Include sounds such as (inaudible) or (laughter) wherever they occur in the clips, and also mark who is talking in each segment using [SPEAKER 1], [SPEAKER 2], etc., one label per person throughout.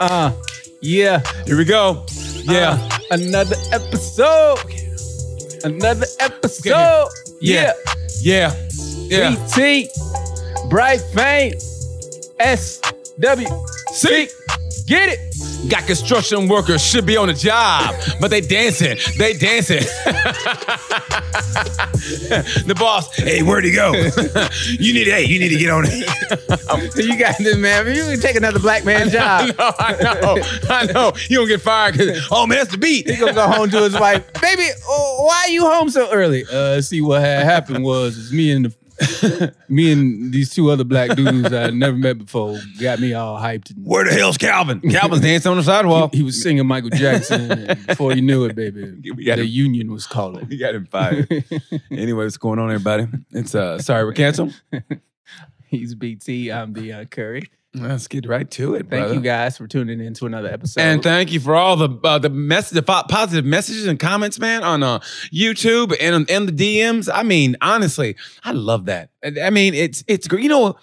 [SPEAKER 1] Uh, yeah. Here we go. Yeah. another episode. Another episode.
[SPEAKER 2] Yeah.
[SPEAKER 1] Yeah.
[SPEAKER 2] Yeah. Yeah.
[SPEAKER 1] BT. Bright Fame. SWC. Get it.
[SPEAKER 2] Got construction workers should be on the job, but they dancing. They dancing. (laughs) the boss, hey, where'd he go? (laughs) you need, hey, you need to get on (laughs) it.
[SPEAKER 1] (laughs) You got this, man. You can take another black man job.
[SPEAKER 2] no, I know, I know. You gonna get fired 'cause- oh man, that's the beat.
[SPEAKER 1] He gonna go home to his wife. (laughs) Baby, oh, why are you home so early? Uh, see what had happened was it's me and the (laughs) me and these two other black dudes I never met before got me all hyped. And
[SPEAKER 2] Where the hell's Calvin? (laughs) Calvin's dancing on the (laughs) sidewalk.
[SPEAKER 1] he was singing Michael Jackson
[SPEAKER 2] (laughs)
[SPEAKER 1] and before you knew it, baby.
[SPEAKER 2] We got
[SPEAKER 1] the
[SPEAKER 2] him.
[SPEAKER 1] union was calling.
[SPEAKER 2] We got him (laughs) fired. anyway, what's going on, everybody? It's uh, sorry we're canceled.
[SPEAKER 1] He's BT. I'm Dion Curry.
[SPEAKER 2] Let's get right to
[SPEAKER 1] Thank
[SPEAKER 2] it. brother.
[SPEAKER 1] you guys for tuning in to another episode. (laughs)
[SPEAKER 2] And (laughs) thank you for all the uh, the mess the po- positive messages and comments, man, on uh, YouTube and and the DMs. I mean, honestly, I love that. And, I mean, it's it's great. You know,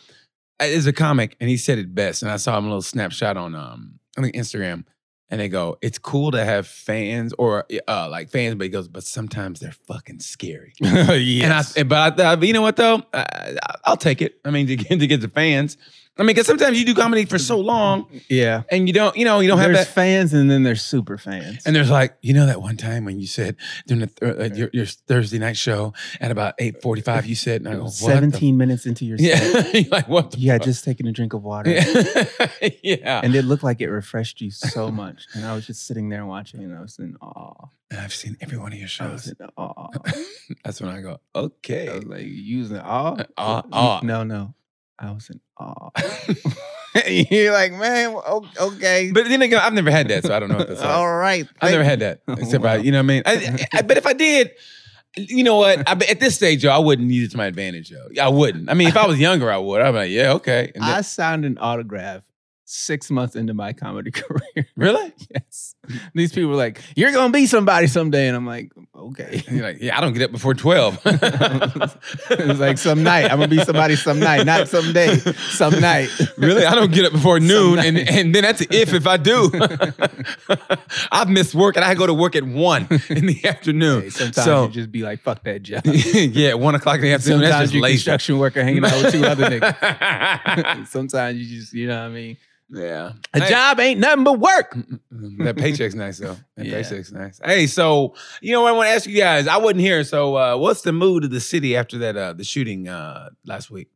[SPEAKER 2] there's a comic, and he said it best. And I saw him a little snapshot on um I think Instagram, and they go, "It's cool to have fans or uh like fans," but he goes, "But sometimes they're fucking scary."
[SPEAKER 1] yes.
[SPEAKER 2] And I, but I, I, you know what though, I, I- I'll take it. I mean, to get to get the fans. I mean, because sometimes you do comedy for so long,
[SPEAKER 1] yeah.
[SPEAKER 2] and you don't, you know, you don't have
[SPEAKER 1] There's
[SPEAKER 2] that.
[SPEAKER 1] fans and then there's super fans.
[SPEAKER 2] And there's like, you know, that one time when you said during the th- uh, your, your Thursday night show at about eight forty five, you said, and I go, Oh, what the-
[SPEAKER 1] 17 minutes into your set.
[SPEAKER 2] (laughs) yeah, You're like what? The
[SPEAKER 1] You had
[SPEAKER 2] fuck?
[SPEAKER 1] just taken a drink of water.
[SPEAKER 2] yeah, (laughs) yeah.
[SPEAKER 1] And it looked like it refreshed you so much. And I was just sitting there watching and I was in awe.
[SPEAKER 2] And I've seen every one of your
[SPEAKER 1] I was
[SPEAKER 2] shows.
[SPEAKER 1] in awe.
[SPEAKER 2] That's when I go,
[SPEAKER 1] I
[SPEAKER 2] okay,
[SPEAKER 1] was like, you was in awe?
[SPEAKER 2] Aw,
[SPEAKER 1] You-
[SPEAKER 2] aw.
[SPEAKER 1] No, no. I was in awe. (laughs)
[SPEAKER 2] Oh. (laughs)
[SPEAKER 1] You're like, man, o- okay.
[SPEAKER 2] but then again, I've never had that, so I don't know what (laughs) that's like.
[SPEAKER 1] All right.
[SPEAKER 2] I've never had (laughs) that, except I,
[SPEAKER 1] Wow.
[SPEAKER 2] you know what I mean. I, I, but if I did. You know what? I, bet at this stage, yo, I wouldn't use it to my advantage, yo. I wouldn't. I mean, if I was younger, I would. I'd be like, yeah, okay. And then-
[SPEAKER 1] I signed an autograph six months into my comedy (laughs) career.
[SPEAKER 2] really?
[SPEAKER 1] yes. These people were like, you're going to be somebody someday. And I'm like,
[SPEAKER 2] (laughs)
[SPEAKER 1] okay.
[SPEAKER 2] And you're like, yeah, I don't get up before (laughs) 12.
[SPEAKER 1] It was like some night. I'm gonna be somebody some night, not someday. Some night.
[SPEAKER 2] Really? I don't get up (laughs) before noon. And,
[SPEAKER 1] nights.
[SPEAKER 2] and then that's if, if I do. (laughs) I've missed work and I go to work at one in the
[SPEAKER 1] Hey,
[SPEAKER 2] afternoon. (laughs)
[SPEAKER 1] sometimes you
[SPEAKER 2] so,
[SPEAKER 1] just be like, fuck that job.
[SPEAKER 2] (laughs) yeah, one o'clock in the afternoon.
[SPEAKER 1] Sometimes
[SPEAKER 2] that's just
[SPEAKER 1] you
[SPEAKER 2] lazy.
[SPEAKER 1] construction worker hanging out with two other niggas.
[SPEAKER 2] (laughs)
[SPEAKER 1] (laughs)
[SPEAKER 2] niggas.
[SPEAKER 1] Sometimes you just, you know what I mean?
[SPEAKER 2] yeah.
[SPEAKER 1] A
[SPEAKER 2] Hey, Mm,
[SPEAKER 1] job ain't nothing but work.
[SPEAKER 2] That paycheck's nice, though. That
[SPEAKER 1] Yeah.
[SPEAKER 2] paycheck's nice. Hey, so, you know what I want to ask you guys? I wasn't here. So, uh, what's the mood of the city after that, uh, the shooting uh, last week?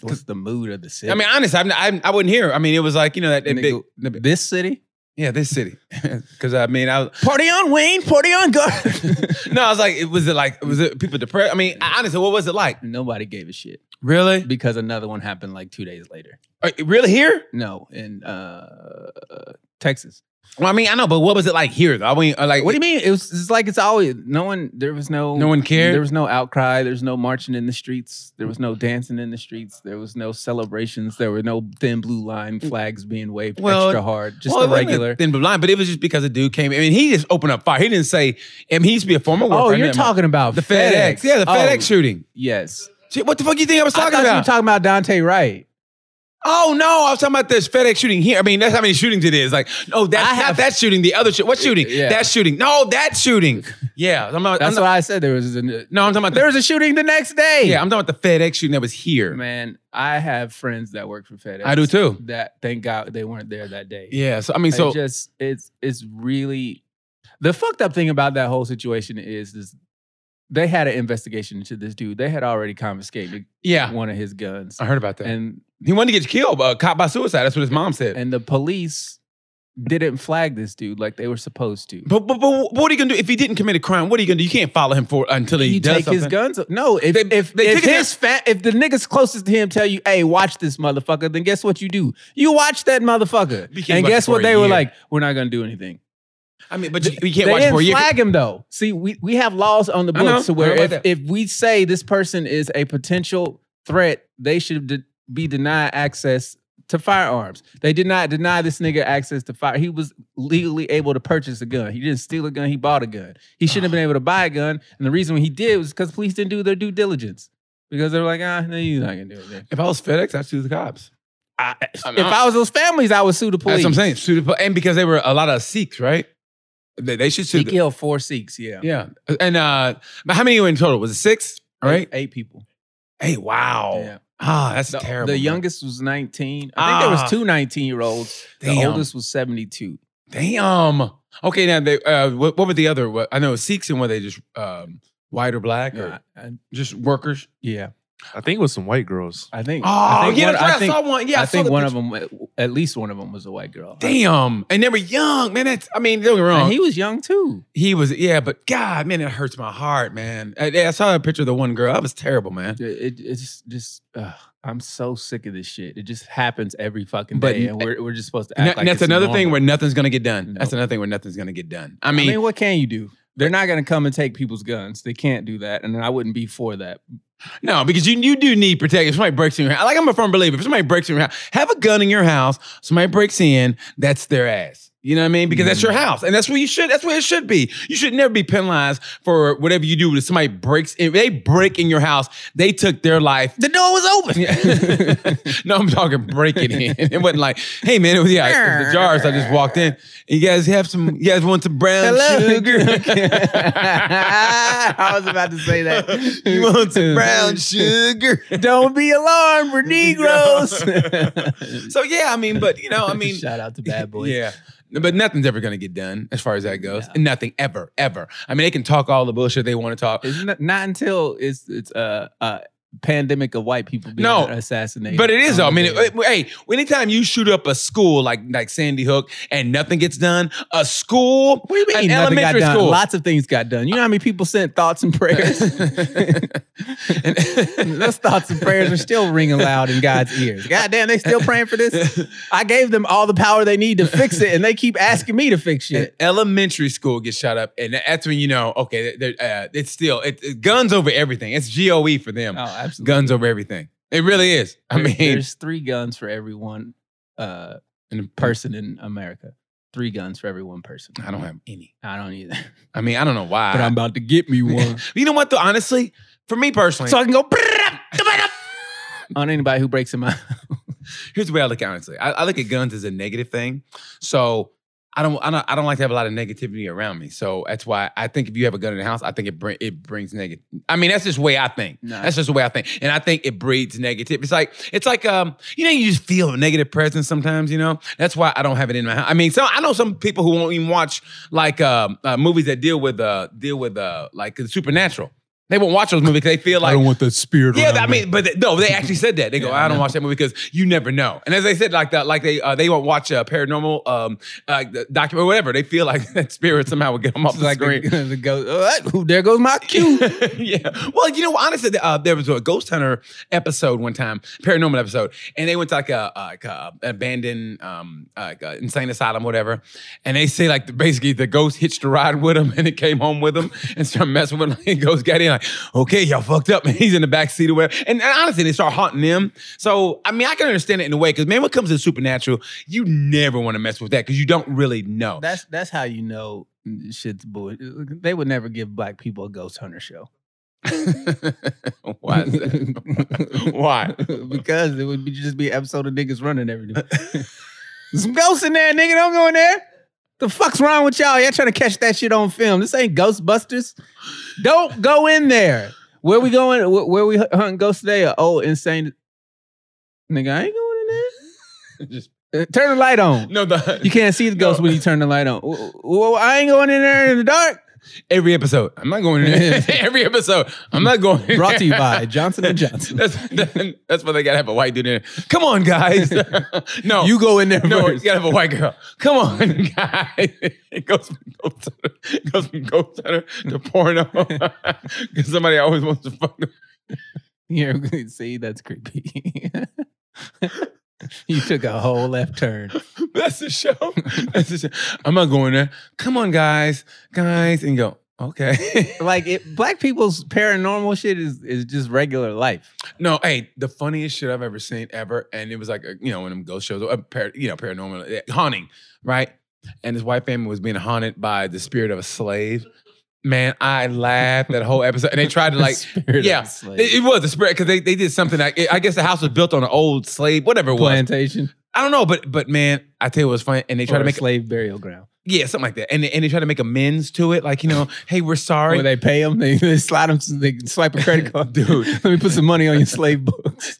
[SPEAKER 1] What's the mood of the city?
[SPEAKER 2] I mean, honestly, I'm, I'm, I wasn't here. I mean, it was like, you know, that, that big.
[SPEAKER 1] Nigga, this city?
[SPEAKER 2] Yeah, this city. (laughs) Because I mean, I was, (laughs)
[SPEAKER 1] Party on Wayne, party on guard.
[SPEAKER 2] no, I was like, it was it like was it people depressed? I mean, I- honestly, what was it like?
[SPEAKER 1] Nobody gave a shit
[SPEAKER 2] Really?
[SPEAKER 1] because another one happened like two days later.
[SPEAKER 2] really here?
[SPEAKER 1] No, in uh, Texas.
[SPEAKER 2] Well, I mean, I know, but what was it like here? Though? I mean, uh, like,
[SPEAKER 1] What do you mean? It was it's like it's always no one. There was no
[SPEAKER 2] No one cared.
[SPEAKER 1] There was no outcry. There was no marching in the streets. There was no dancing in the streets. There was no celebrations. There were no thin blue line flags being waved
[SPEAKER 2] Mm. Well,
[SPEAKER 1] extra hard. Just
[SPEAKER 2] Well, it
[SPEAKER 1] the
[SPEAKER 2] wasn't
[SPEAKER 1] regular.
[SPEAKER 2] a Thin blue line, but it was just because a dude came. I mean, he just opened up fire. He didn't say. I mean, he used to be a former worker.
[SPEAKER 1] oh,
[SPEAKER 2] I
[SPEAKER 1] you're
[SPEAKER 2] mean,
[SPEAKER 1] talking about
[SPEAKER 2] the FedEx. Yeah, the
[SPEAKER 1] Oh,
[SPEAKER 2] FedEx shooting.
[SPEAKER 1] Yes,
[SPEAKER 2] Shit, What the fuck you think I was
[SPEAKER 1] I
[SPEAKER 2] talking
[SPEAKER 1] thought you were
[SPEAKER 2] about?
[SPEAKER 1] talking about Dante Wright.
[SPEAKER 2] oh no, I was talking about this FedEx shooting here. I mean, that's how many shootings it is. Like, no, that's
[SPEAKER 1] I
[SPEAKER 2] not
[SPEAKER 1] have-
[SPEAKER 2] that shooting. The other shooting. What shooting?
[SPEAKER 1] Yeah.
[SPEAKER 2] That shooting. No, that shooting. Yeah, I'm not. I'm
[SPEAKER 1] That's
[SPEAKER 2] not-
[SPEAKER 1] why I said there was a,
[SPEAKER 2] Uh, no, I'm talking about the
[SPEAKER 1] there was a shooting the next day.
[SPEAKER 2] Yeah, I'm talking about the FedEx shooting that was here.
[SPEAKER 1] man, I have friends that work for FedEx.
[SPEAKER 2] I do too.
[SPEAKER 1] That thank God they weren't there that day.
[SPEAKER 2] Yeah, so I mean, so
[SPEAKER 1] it just it's it's really the fucked up thing about that whole situation is is they had an investigation into this dude. They had already confiscated
[SPEAKER 2] yeah,
[SPEAKER 1] one of his guns,
[SPEAKER 2] I heard about that.
[SPEAKER 1] and
[SPEAKER 2] he wanted to get killed, uh, caught by suicide. That's what his mom said.
[SPEAKER 1] and the police didn't flag this dude like they were supposed to.
[SPEAKER 2] but, but but what are you gonna do if he didn't commit a crime? What are you gonna do? You can't follow him for until he,
[SPEAKER 1] He
[SPEAKER 2] does
[SPEAKER 1] take
[SPEAKER 2] something.
[SPEAKER 1] his guns. No, if
[SPEAKER 2] They-
[SPEAKER 1] if,
[SPEAKER 2] they
[SPEAKER 1] if
[SPEAKER 2] took his-
[SPEAKER 1] his fa- if the niggas closest to him tell you, "Hey, watch this motherfucker," then guess what you do? You watch that motherfucker,
[SPEAKER 2] Became
[SPEAKER 1] and
[SPEAKER 2] watching
[SPEAKER 1] guess
[SPEAKER 2] for
[SPEAKER 1] what
[SPEAKER 2] a
[SPEAKER 1] they were
[SPEAKER 2] year.
[SPEAKER 1] like? We're not gonna do anything.
[SPEAKER 2] I mean, but you, you can't
[SPEAKER 1] they
[SPEAKER 2] watch
[SPEAKER 1] didn't
[SPEAKER 2] for a year.
[SPEAKER 1] flag him though. See, we, we have laws on the
[SPEAKER 2] I know.
[SPEAKER 1] books to
[SPEAKER 2] I know
[SPEAKER 1] where
[SPEAKER 2] about
[SPEAKER 1] if,
[SPEAKER 2] that.
[SPEAKER 1] if we say this person is a potential threat, they should de- be denied access to firearms. They did not deny this nigga access to fire. He was legally able to purchase a gun. He didn't steal a gun. He bought a gun. He shouldn't have been able to buy a gun. And the reason he did was because police didn't do their due diligence because they were like, ah, no, you're not gonna do it.
[SPEAKER 2] If I was FedEx, I'd sue the cops.
[SPEAKER 1] I,
[SPEAKER 2] I mean,
[SPEAKER 1] if I was those families, I would sue the police.
[SPEAKER 2] That's what I'm saying. Sue the po- and because they were a lot of Sikhs, right? They, they should sue.
[SPEAKER 1] He
[SPEAKER 2] The,
[SPEAKER 1] killed four Sikhs. Yeah,
[SPEAKER 2] yeah, and uh, but how many were in total? Was it six? All
[SPEAKER 1] Eight-
[SPEAKER 2] right.
[SPEAKER 1] eight people.
[SPEAKER 2] Hey, wow.
[SPEAKER 1] Yeah.
[SPEAKER 2] Ah, that's
[SPEAKER 1] the,
[SPEAKER 2] terrible.
[SPEAKER 1] the
[SPEAKER 2] man.
[SPEAKER 1] youngest was 19. I think there
[SPEAKER 2] Ah.
[SPEAKER 1] was two 19 year olds. The
[SPEAKER 2] Damn.
[SPEAKER 1] oldest was 72.
[SPEAKER 2] Damn. Okay, now they. Uh, what, what were the other? What, I know Sikhs and were they just um, white or black or
[SPEAKER 1] Yeah, I,
[SPEAKER 2] just workers?
[SPEAKER 1] yeah,
[SPEAKER 3] I think it was some white girls.
[SPEAKER 1] I think.
[SPEAKER 2] Oh,
[SPEAKER 1] I think
[SPEAKER 2] yeah,
[SPEAKER 1] one-
[SPEAKER 2] that's right. I,
[SPEAKER 1] I think,
[SPEAKER 2] saw one. Yeah,
[SPEAKER 1] I
[SPEAKER 2] I,
[SPEAKER 1] think one of them, at least one of them, was a white girl.
[SPEAKER 2] Damn, and they were young, man. That's. I mean, don't get me wrong.
[SPEAKER 1] And he was young too.
[SPEAKER 2] He was, yeah, but God, man, it hurts my heart, man. I, I saw a picture of the one girl. That was terrible, man.
[SPEAKER 1] It, it it's just, just uh, I'm so sick of this shit. It just happens every fucking
[SPEAKER 2] But-
[SPEAKER 1] day, and we're, we're just supposed to
[SPEAKER 2] And,
[SPEAKER 1] act
[SPEAKER 2] that-
[SPEAKER 1] like
[SPEAKER 2] and that's
[SPEAKER 1] it's
[SPEAKER 2] another thing
[SPEAKER 1] normal.
[SPEAKER 2] where nothing's gonna get done.
[SPEAKER 1] No.
[SPEAKER 2] That's another thing where nothing's gonna get done. I
[SPEAKER 1] I mean,
[SPEAKER 2] mean,
[SPEAKER 1] what can you do? They're not gonna come and take people's guns. They can't do that, and I wouldn't be for that.
[SPEAKER 2] no, because you you do need protection. If somebody breaks in your house, like I'm a firm believer. If somebody breaks in your house, have a gun in your house. Somebody breaks in, that's their ass. You know what I mean? Because that's your
[SPEAKER 1] Mm-hmm.
[SPEAKER 2] house, and that's where you should. That's where it should be. You should never be penalized for whatever you do. If somebody breaks, in, they break in your house, they took their life.
[SPEAKER 1] The door was open.
[SPEAKER 2] (laughs) no, I'm talking break it in. (laughs) It wasn't like, hey man, it was yeah, it was the jars. I just walked in. You guys have some. You guys want some brown sugar? (laughs)
[SPEAKER 1] (laughs) I was about to say that.
[SPEAKER 2] (laughs) you
[SPEAKER 1] (laughs)
[SPEAKER 2] want some (laughs) brown sugar?
[SPEAKER 1] Don't be alarmed,
[SPEAKER 2] (laughs)
[SPEAKER 1] we're Negroes.
[SPEAKER 2] so yeah, I mean, but you (laughs) know, I mean,
[SPEAKER 1] shout out to Bad Boy.
[SPEAKER 2] yeah. But nothing's ever going to get done as far as that goes.
[SPEAKER 1] No.
[SPEAKER 2] And Nothing ever, ever. I mean, they can talk all the bullshit they want to talk.
[SPEAKER 1] Isn't it- not until it's it's a, a pandemic of white people being
[SPEAKER 2] No,
[SPEAKER 1] assassinated.
[SPEAKER 2] But it is though. I mean,
[SPEAKER 1] Um,
[SPEAKER 2] it- hey, anytime you shoot up a school like like Sandy Hook and nothing gets done, a school,
[SPEAKER 1] what do you mean?
[SPEAKER 2] an
[SPEAKER 1] nothing got
[SPEAKER 2] elementary
[SPEAKER 1] done?
[SPEAKER 2] school,
[SPEAKER 1] Lots of things got done. You know how many people sent thoughts and
[SPEAKER 2] (laughs)
[SPEAKER 1] prayers? Those thoughts and prayers are still ringing loud in God's ears. God damn, they still praying for this. I gave them all the power they need to fix it, and they keep asking me to fix
[SPEAKER 2] An (laughs)
[SPEAKER 1] shit.
[SPEAKER 2] elementary school gets shot up, and that's when you know, okay, they're- uh, it's still it, it- guns over everything. It's GOE for them.
[SPEAKER 1] Oh, absolutely.
[SPEAKER 2] Guns over everything. It really is. I
[SPEAKER 1] There-
[SPEAKER 2] mean,
[SPEAKER 1] there's three guns for every one uh,
[SPEAKER 2] and
[SPEAKER 1] person in America. Three guns for every one person.
[SPEAKER 2] (laughs) I don't have any.
[SPEAKER 1] I don't either. (laughs)
[SPEAKER 2] I mean, I don't know why.
[SPEAKER 1] But I'm about to get
[SPEAKER 2] (laughs)
[SPEAKER 1] me one.
[SPEAKER 2] you know what? Though, honestly, for me personally,
[SPEAKER 1] so (laughs) I can go on anybody who breaks in my (laughs)
[SPEAKER 2] here's the way I look at it, honestly. I, I look at guns as a negative thing. So I don't, I don't, I don't like to have a lot of negativity around me. So that's why I think if you have a gun in the house, I think it bring, it brings negative. I mean, that's just the way I think.
[SPEAKER 1] No.
[SPEAKER 2] That's just the way I think, and I think it breeds negative. It's like, it's like, um, you know, you just feel a negative presence sometimes. You know, that's why I don't have it in my house. I mean, so I know some people who won't even watch like um, uh, movies that deal with uh, deal with uh, like the supernatural. They won't watch those movies because they feel like
[SPEAKER 3] want that spirit.
[SPEAKER 2] yeah, I mean, but they, no, they actually said that. They go,
[SPEAKER 1] Yeah,
[SPEAKER 2] I
[SPEAKER 1] I
[SPEAKER 2] don't
[SPEAKER 1] know.
[SPEAKER 2] watch that movie because you never know. And as they said, like that, like they uh, they won't watch uh, paranormal um uh, document or whatever. They feel like (laughs) that spirit somehow would get them off (laughs) the
[SPEAKER 1] like
[SPEAKER 2] screen.
[SPEAKER 1] the, (laughs) the ghost. Oh, there goes
[SPEAKER 2] (laughs)
[SPEAKER 1] my cue.
[SPEAKER 2] yeah. Well, you know, honestly, uh, there was a ghost hunter episode one time, paranormal episode, and they went to like a, a- like a abandoned, um, like a insane asylum, whatever. And they say like basically the ghost hitched a ride with him (laughs) and it came home with him and started messing with him. (laughs) And ghost got in like, okay, y'all fucked up. And (laughs) he's in the back seat or whatever. And, and honestly, they start haunting him. So I mean, I can understand it in a way because man, when it comes to supernatural, you never want to mess with that because you don't really know.
[SPEAKER 1] That's that's how you know shit's bull. They would never give black people a ghost hunter show.
[SPEAKER 2] (laughs) Why?
[SPEAKER 1] (laughs)
[SPEAKER 2] Is that? Why? (laughs)
[SPEAKER 1] because it would be just be an episode of niggas running everything. Some ghosts in there, nigga. Don't go in there. The fuck's wrong with y'all? Y'all trying to catch that shit on film. This ain't Ghostbusters. Don't go in there. Where we going? Wh- Where we hunting ghosts today? A old insane nigga. I ain't going in
[SPEAKER 2] Just-
[SPEAKER 1] there. Uh, Turn the light on.
[SPEAKER 2] No, the
[SPEAKER 1] You can't see the ghost
[SPEAKER 2] (laughs) No.
[SPEAKER 1] when you turn the light on. Well, well, I ain't going in there in the dark.
[SPEAKER 2] every episode. I'm not
[SPEAKER 1] (laughs)
[SPEAKER 2] going in there. (laughs) every episode. I'm not going. in
[SPEAKER 1] Brought to you
[SPEAKER 2] there.
[SPEAKER 1] by Johnson and Johnson.
[SPEAKER 2] (laughs) That's that's why they gotta have a white dude in it. Come
[SPEAKER 1] (laughs)
[SPEAKER 2] on, guys. no,
[SPEAKER 1] You go in there
[SPEAKER 2] no, you
[SPEAKER 1] first.
[SPEAKER 2] gotta have a white girl. Come on, (laughs) guys. It goes from ghost hunter, it goes from ghost hunter to porno. (laughs) 'Cause somebody always wants to fuck. Them.
[SPEAKER 1] (laughs) Yeah, see, that's creepy. (laughs) you took a whole left turn.
[SPEAKER 2] That's the show. (laughs) That's the show. I'm not going there. Come on, guys, guys, and you go. Okay. (laughs)
[SPEAKER 1] Like it, black people's paranormal shit is is just regular life.
[SPEAKER 2] No, hey, the funniest shit I've ever seen ever, and it was like uh, you know when them ghost shows, uh, par- you know eh, paranormal uh, haunting, right? And this white family was being haunted by the spirit of a slave, Man, I laughed that whole episode, and they
[SPEAKER 1] (laughs)
[SPEAKER 2] tried to like.
[SPEAKER 1] Spirit of
[SPEAKER 2] yeah,
[SPEAKER 1] the slave.
[SPEAKER 2] It, it was a spread because they, they did something like eh, I guess the house was built on an old slave, whatever it was.
[SPEAKER 1] plantation.
[SPEAKER 2] I don't know, but but man, I tell you what's funny, and they try
[SPEAKER 1] or
[SPEAKER 2] to
[SPEAKER 1] a
[SPEAKER 2] make
[SPEAKER 1] slave burial ground.
[SPEAKER 2] yeah something like that, and they- and they try to make amends to it, like you know, hey, we're sorry.
[SPEAKER 1] Where
[SPEAKER 2] (laughs)
[SPEAKER 1] they pay them, they, they slide them, they swipe a credit card. (laughs)
[SPEAKER 2] Dude.
[SPEAKER 1] let me put some money on your slave
[SPEAKER 2] (laughs)
[SPEAKER 1] books.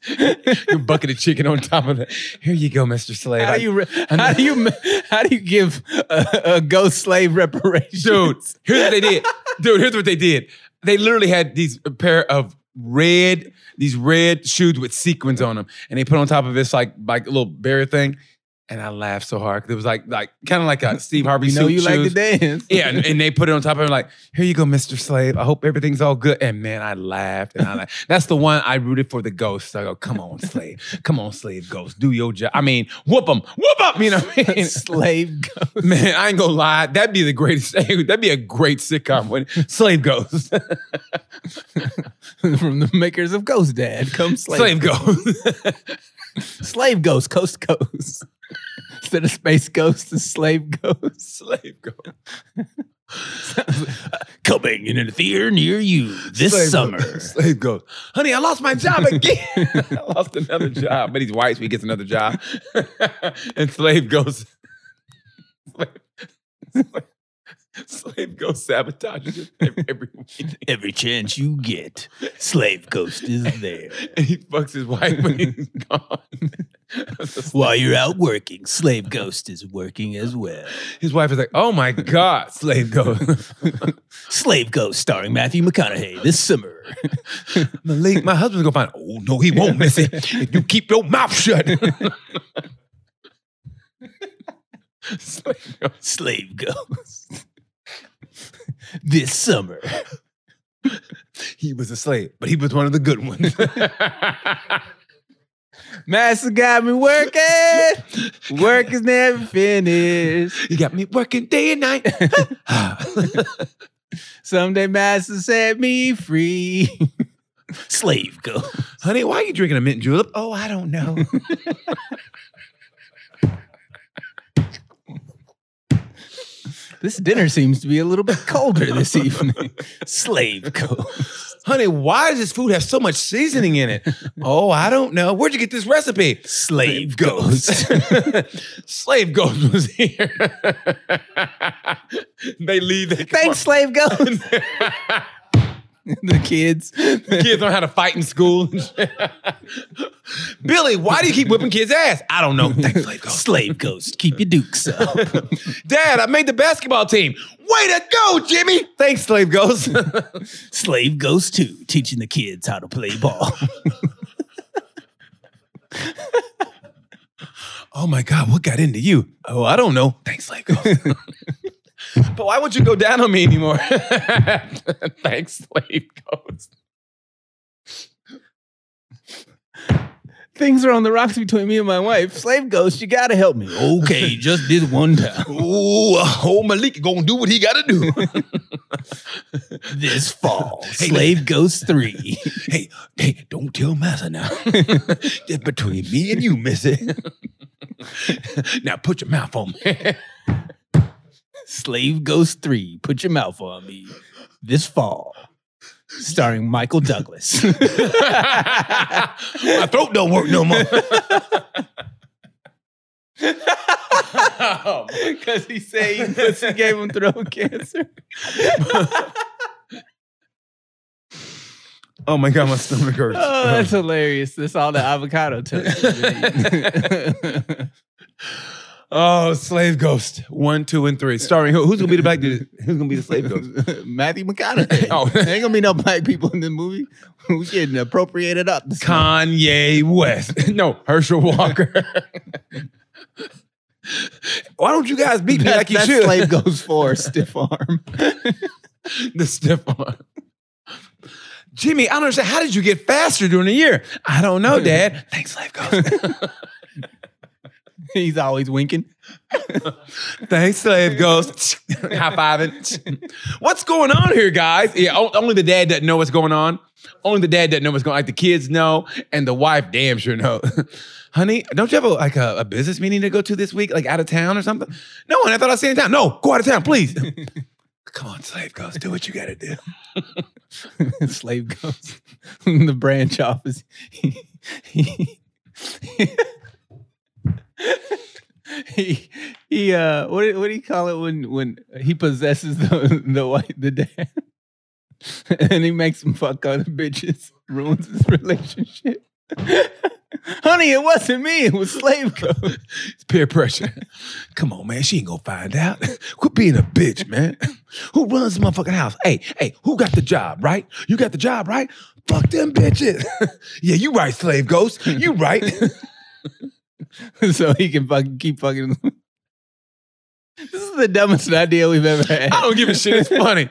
[SPEAKER 2] Your bucket of chicken on top of it. Here you go, Mister Slave.
[SPEAKER 1] How
[SPEAKER 2] I-
[SPEAKER 1] do you re- how do you how do you give a, a ghost slave reparations?
[SPEAKER 2] dude. Here's what they did, dude. Here's what they did. They literally had these a pair of red, these red shoes with sequins on them, and they put on top of this like like little barrier thing. And I laughed so hard 'cause it was like like kind of
[SPEAKER 1] (laughs)
[SPEAKER 2] like a Steve Harvey
[SPEAKER 1] you know
[SPEAKER 2] suit
[SPEAKER 1] you like
[SPEAKER 2] shoes.
[SPEAKER 1] to dance.
[SPEAKER 2] Yeah, and, and they put it on top of him like, here you go, Mr. Slave. I hope everything's all good. And man, I laughed and I laughed. That's the one I rooted for the ghost. I go, come on, slave. Come on, slave ghost. Do your job. I mean, whoop them. Whoop up. You know what I (laughs) mean?
[SPEAKER 1] slave ghost. (laughs)
[SPEAKER 2] (laughs) Man, I ain't gonna lie. That'd be the greatest. (laughs) That'd be a great sitcom. When slave ghost,
[SPEAKER 1] from the makers of Ghost Dad. Come slave,
[SPEAKER 2] (laughs) slave ghost.
[SPEAKER 1] slave ghost, coast to coast. (laughs) Instead of space ghost, the slave ghost
[SPEAKER 2] slave ghost. (laughs)
[SPEAKER 1] coming in a theater near you this
[SPEAKER 2] Slave
[SPEAKER 1] summer.
[SPEAKER 2] Ghost. (laughs)
[SPEAKER 1] (laughs)
[SPEAKER 2] Slave ghost. Honey, I lost my job again. (laughs) I lost another job. But he's white, so he gets another job. (laughs) and slave ghost. (laughs) Slave, slave ghost sabotages him every, every (laughs) week.
[SPEAKER 1] Every chance you get, slave ghost is (laughs) there.
[SPEAKER 2] And he fucks his wife when he's gone.
[SPEAKER 1] While you're out working, slave ghost is working as well.
[SPEAKER 2] (laughs) His wife is like, oh my God, slave ghost. (laughs)
[SPEAKER 1] Slave Ghost, starring Matthew McConaughey this summer.
[SPEAKER 2] Malik, my husband's gonna find. Oh no, he won't miss it. If you keep your mouth shut. (laughs) Slave ghost.
[SPEAKER 1] Slave Ghost. (laughs) this summer.
[SPEAKER 2] he was a slave, but he was one of the good ones. (laughs)
[SPEAKER 1] Master got me (laughs) working. Work is never finished.
[SPEAKER 2] you got me working day and night. (laughs)
[SPEAKER 1] Someday Master set me free. (laughs) Slave Ghost.
[SPEAKER 2] Honey, why are you drinking a mint julep? Oh, I don't know.
[SPEAKER 1] This dinner seems to be a little bit colder this (laughs) evening. Slave Ghost.
[SPEAKER 2] Honey, why does this food have so much seasoning in it? Oh, I don't know. Where'd you get this recipe? (laughs)
[SPEAKER 1] Slave Ghost.
[SPEAKER 2] slave ghost (laughs) was here. they leave. They come
[SPEAKER 1] (laughs) Thanks, Slave Ghost.
[SPEAKER 2] on.
[SPEAKER 1] the kids.
[SPEAKER 2] kids learn how to fight in school. (laughs) Billy, why do you keep whipping kids' ass? I don't (laughs) know. Thanks, slave ghost.
[SPEAKER 1] Slave Ghost. Keep your dukes up.
[SPEAKER 2] Dad, I made the basketball team. Way to go, Jimmy. Thanks, slave ghost.
[SPEAKER 1] Slave Ghost 2, teaching the kids how to play ball.
[SPEAKER 2] (laughs) oh my God, what got into you? Oh, I don't know. Thanks, slave (laughs) ghost. but why won't you go down on me anymore? (laughs) Thanks, slave ghost.
[SPEAKER 1] (laughs) Things are on the rocks between me and my wife. Slave Ghost, you gotta help me. Okay, just this one time.
[SPEAKER 2] Ooh, oh, Malik gonna do what he gotta do.
[SPEAKER 1] (laughs) This fall. Slave Ghost (laughs) 3.
[SPEAKER 2] hey, (laughs) hey, don't tell Massa (laughs) now. That's between me and you, Missy. now put your mouth on me.
[SPEAKER 1] Slave Ghost 3. Put your mouth on me. This fall. Starring Michael Douglas. (laughs)
[SPEAKER 2] My throat don't work no more. Oh, my
[SPEAKER 1] Because he said he pussy gave him (laughs) throat cancer.
[SPEAKER 2] Oh my god, my stomach hurts.
[SPEAKER 1] Oh, that's hilarious. That's all the avocado took.
[SPEAKER 2] (laughs) oh, slave ghost. One, two, and three. Starring who? Who's gonna be the black dude? Who's gonna be the slave ghost?
[SPEAKER 1] Matthew (laughs) McConaughey.
[SPEAKER 2] Oh.
[SPEAKER 1] there ain't gonna be no black people in the movie. We getting appropriated up. This month.
[SPEAKER 2] (laughs) Kanye West. (laughs) No, Herschel Walker. (laughs) Why don't you guys beat me
[SPEAKER 1] That-
[SPEAKER 2] like you
[SPEAKER 1] that
[SPEAKER 2] should?
[SPEAKER 1] slave goes for stiff (laughs) arm.
[SPEAKER 2] (laughs) the stiff arm. Jimmy, I don't understand. How did you get faster during the year? I don't know,
[SPEAKER 1] (laughs)
[SPEAKER 2] Dad. Thanks, slave ghost.
[SPEAKER 1] He's always winking.
[SPEAKER 2] Thanks, slave ghost. (laughs) High fiving. what's going on here, guys? Yeah, o- only the dad doesn't know what's going on. Only the dad doesn't know what's going on. Like the kids know, and the wife damn sure know. (laughs) Honey, don't you have a, like a, a business meeting to go to this week, like out of town or something? No, and I thought I was staying in town. No, go out of town, please. (laughs) Come on, slave ghost, do what you gotta do.
[SPEAKER 1] (laughs) Slave goes in the branch office. he, he, he, uh, what do- what do you call it when when he possesses the the white the dad, (laughs) and he makes him fuck other bitches, ruins his relationship. (laughs) Honey, it wasn't me. It was slave goat.
[SPEAKER 2] It's peer pressure. (laughs) Come on, man. She ain't gonna find out. (laughs) Quit being a bitch, man. (laughs) Who runs the motherfucking house? Hey, hey, who got the job, right? You got the job, right? Fuck them bitches. (laughs) yeah, you right, slave ghost. You right.
[SPEAKER 1] (laughs) so he can fucking keep fucking. this is the dumbest idea we've ever had.
[SPEAKER 2] (laughs) I don't give a shit. It's (laughs) funny.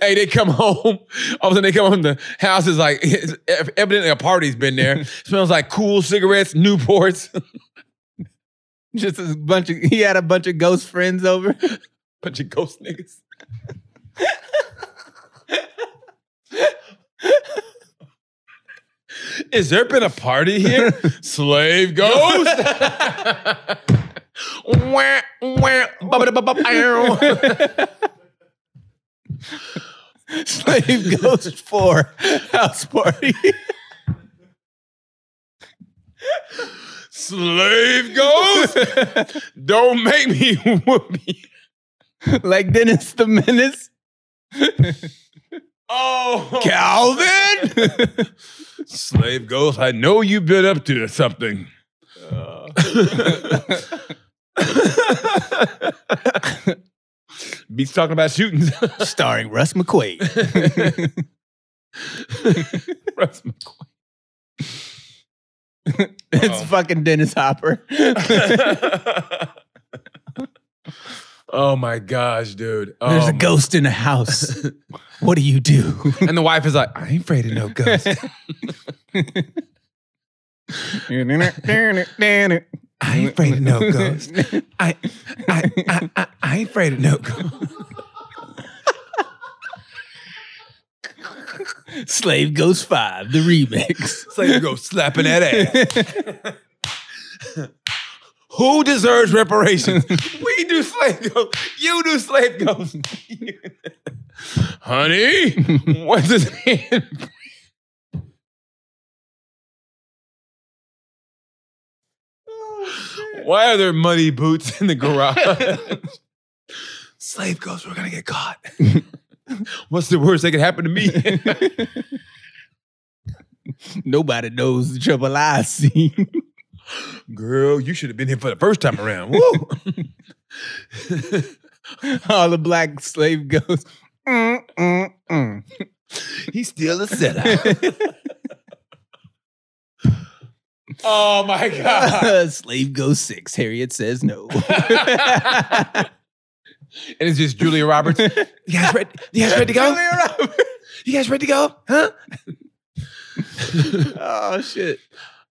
[SPEAKER 2] hey, they come home. All of a sudden, they come home. The house is like (laughs) it's ev- evidently a party's been (laughs) there. smells like cool cigarettes, Newports,
[SPEAKER 1] Just a bunch of he had a bunch of ghost friends over. (laughs)
[SPEAKER 2] bunch of ghost niggas. Is there been a party here? Slave ghost. (laughs) Wah, wah, ba-ba-da-ba-ba-bow.
[SPEAKER 1] Slave Ghost 4 house party.
[SPEAKER 2] Slave ghost. Don't make me whoop you.
[SPEAKER 1] like Dennis the Menace.
[SPEAKER 2] Oh,
[SPEAKER 1] (laughs)
[SPEAKER 2] Calvin! Slave Ghost, I know you've been up to something.
[SPEAKER 1] Uh.
[SPEAKER 2] (laughs) Beats talking
[SPEAKER 1] (laughs)
[SPEAKER 2] about shootings.
[SPEAKER 1] Starring Russ McQuaid. (laughs)
[SPEAKER 2] Russ
[SPEAKER 1] it's
[SPEAKER 2] Uh-oh.
[SPEAKER 1] fucking Dennis
[SPEAKER 2] (laughs)
[SPEAKER 1] Hopper. There's
[SPEAKER 2] McQuarrie. oh my gosh, dude. Oh
[SPEAKER 1] a
[SPEAKER 2] my-
[SPEAKER 1] ghost in the house. What do you do? (laughs)
[SPEAKER 2] And the wife is like, I ain't afraid of no ghost. I ain't afraid of no ghost. I, I, I, I, I ain't afraid of no ghost.
[SPEAKER 1] Slave Ghost 5, the remix.
[SPEAKER 2] Slave Ghost slapping that ass. (laughs) Who deserves reparations? (laughs) we do slave ghost. You do slave ghost. (laughs) Honey, what's his name? Why are there muddy boots in the garage? (laughs) slave ghost, we're gonna get caught. (laughs) what's the worst that could happen to me?
[SPEAKER 1] Nobody knows the trouble I see.
[SPEAKER 2] (laughs)
[SPEAKER 1] (laughs)
[SPEAKER 2] Girl, you should have been here for the first time around. Woo!
[SPEAKER 1] All the black slave ghosts. Mm, mm, mm.
[SPEAKER 2] He's still
[SPEAKER 1] (laughs)
[SPEAKER 2] a setup. oh my (laughs)
[SPEAKER 1] (laughs)
[SPEAKER 2] god!
[SPEAKER 1] Slave Ghost 6, Harriet says
[SPEAKER 2] (laughs)
[SPEAKER 1] no.
[SPEAKER 2] and it's just Julia Roberts. (laughs) You guys ready? You guys ready to go?
[SPEAKER 1] Julia Roberts.
[SPEAKER 2] You guys ready to go? Huh?
[SPEAKER 1] (laughs) Oh, shit.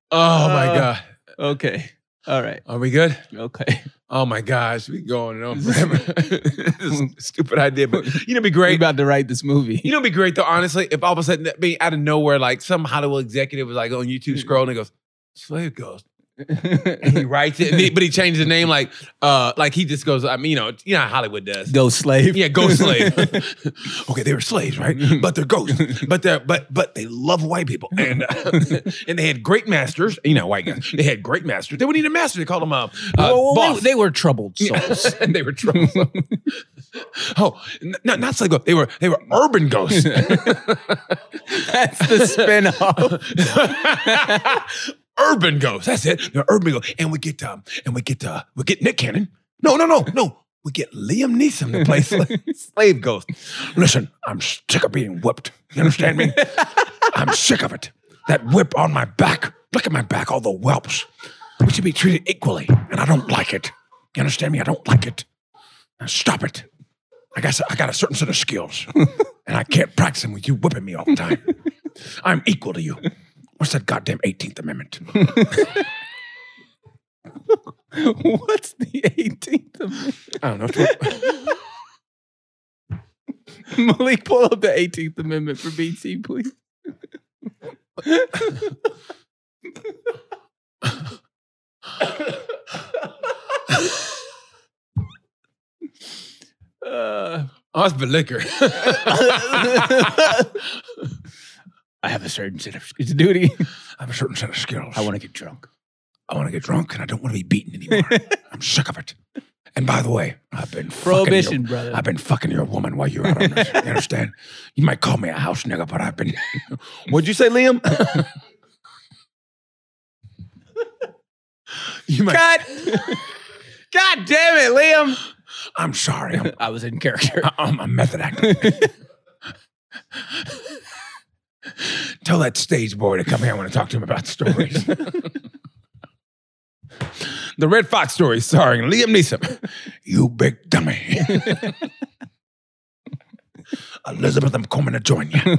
[SPEAKER 2] Oh my
[SPEAKER 1] Uh,
[SPEAKER 2] god!
[SPEAKER 1] Okay. All right.
[SPEAKER 2] Are we good?
[SPEAKER 1] Okay.
[SPEAKER 2] Oh my gosh, we going on (laughs) forever. (laughs) This is a stupid idea, but you know, it'd be
[SPEAKER 1] We're
[SPEAKER 2] great.
[SPEAKER 1] about to write this
[SPEAKER 2] You
[SPEAKER 1] movie. (laughs)
[SPEAKER 2] know, it'd be great though. Honestly, if all of a sudden, that being out of nowhere, like some Hollywood executive was like on YouTube scrolling and goes, "Slave Ghost." and he writes it, and he- but he changed the name. Like, uh, like he just goes. I mean, you know, you know how Hollywood does.
[SPEAKER 1] Ghost Slave.
[SPEAKER 2] Yeah, (laughs) ghost slave. okay, they were slaves, right? But they're ghosts. But they're but but they love white people, and uh, (laughs) and they had great masters. You know, white guys. They had great masters. They wouldn't need a master. They called them uh, uh,
[SPEAKER 1] Well, well,
[SPEAKER 2] boss.
[SPEAKER 1] they, they were troubled souls.
[SPEAKER 2] and (laughs) they were trouble. oh, n- no, not slave ghosts. They were they were urban
[SPEAKER 1] (laughs)
[SPEAKER 2] ghosts. (laughs)
[SPEAKER 1] That's the spinoff.
[SPEAKER 2] urban ghosts. That's it. They're urban ghosts. And we get um, and we get uh, we get Nick Cannon. No, no, no, no. We get Liam Neeson to play (laughs) sla- (laughs) slave ghost. Listen, I'm sick of being whipped. You understand (laughs) me? I'm sick of it. That whip on my back. Look at my back, all the whelps. We should be treated equally, and I don't like it. You understand me? I don't like it. Now stop it. I guess I got a certain set of (laughs) skills, and I can't practice them with you whipping me all the time. I'm equal to you. What's that goddamn 18th Amendment?
[SPEAKER 1] (laughs) What's the 18th Amendment?
[SPEAKER 2] (laughs) I (laughs) don't know.
[SPEAKER 1] (laughs)
[SPEAKER 2] Tw-
[SPEAKER 1] Malik, pull up the 18th Amendment for BT, please. uh,
[SPEAKER 2] Oh, it's the (laughs) liquor.
[SPEAKER 1] (laughs) I have a certain set of duty.
[SPEAKER 2] I have a certain set of skills.
[SPEAKER 1] I want to get drunk.
[SPEAKER 2] I want to get drunk and I don't want to be
[SPEAKER 1] (laughs)
[SPEAKER 2] beaten anymore. I'm sick of it. And by the way, I've been fucking your-
[SPEAKER 1] Prohibition, brother.
[SPEAKER 2] I've been fucking your woman while you're out
[SPEAKER 1] (laughs)
[SPEAKER 2] on this. You understand? You might call me a house nigga, but I've been. (laughs) What'd you
[SPEAKER 1] (laughs)
[SPEAKER 2] say, Liam? you might.
[SPEAKER 1] God, God damn it, Liam.
[SPEAKER 2] I'm sorry. I'm,
[SPEAKER 1] I was in (laughs)
[SPEAKER 2] (laughs)
[SPEAKER 1] character.
[SPEAKER 2] I'm a method actor. (laughs) Tell that stage boy to come here. I want to talk to him about stories. (laughs) the Red Fox story starring Liam Neeson. (laughs) you big dummy. (laughs) Elizabeth, I'm coming to join you.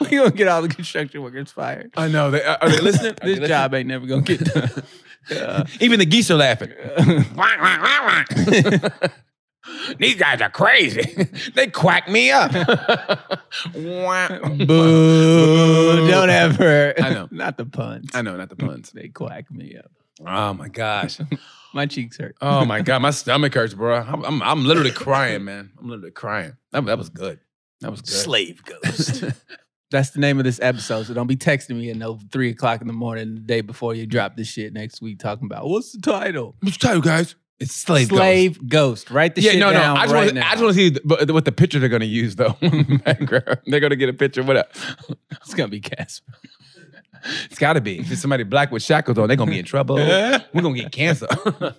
[SPEAKER 1] we gonna get all the construction workers fired.
[SPEAKER 2] I know. They, (laughs) are they listening?
[SPEAKER 1] This job ain't never gonna get done. (laughs) Uh,
[SPEAKER 2] Even the geese are (laughs) laughing. These guys are crazy. (laughs) they quack me (laughs)
[SPEAKER 1] (laughs)
[SPEAKER 2] up. (laughs)
[SPEAKER 1] Boo! Don't ever.
[SPEAKER 2] I know.
[SPEAKER 1] (laughs) Not the puns.
[SPEAKER 2] I know, not the puns.
[SPEAKER 1] They quack me up.
[SPEAKER 2] Oh my gosh.
[SPEAKER 1] My cheeks hurt.
[SPEAKER 2] Oh my god, my stomach hurts, bro. I'm, I'm, I'm literally crying, man. I'm literally crying. That, that was good. That was good.
[SPEAKER 1] Slave
[SPEAKER 2] (laughs)
[SPEAKER 1] ghost. That's the name of this episode. So don't be texting me at no three o'clock in the morning the day before you drop this shit next week talking about what's the title?
[SPEAKER 2] Let's tell you guys, it's slave. ghost.
[SPEAKER 1] Slave ghost. Write the
[SPEAKER 2] yeah,
[SPEAKER 1] shit
[SPEAKER 2] no, no.
[SPEAKER 1] down
[SPEAKER 2] I just
[SPEAKER 1] right
[SPEAKER 2] want,
[SPEAKER 1] now.
[SPEAKER 2] I just want to see the, but- what the picture they're gonna use though. (laughs) Background. they're gonna get a picture. What up?
[SPEAKER 1] it's gonna be Casper.
[SPEAKER 2] (laughs) It's gotta be. If it's somebody black with shackles on, they're gonna be in (laughs) trouble. We're gonna get cancer.
[SPEAKER 1] Oh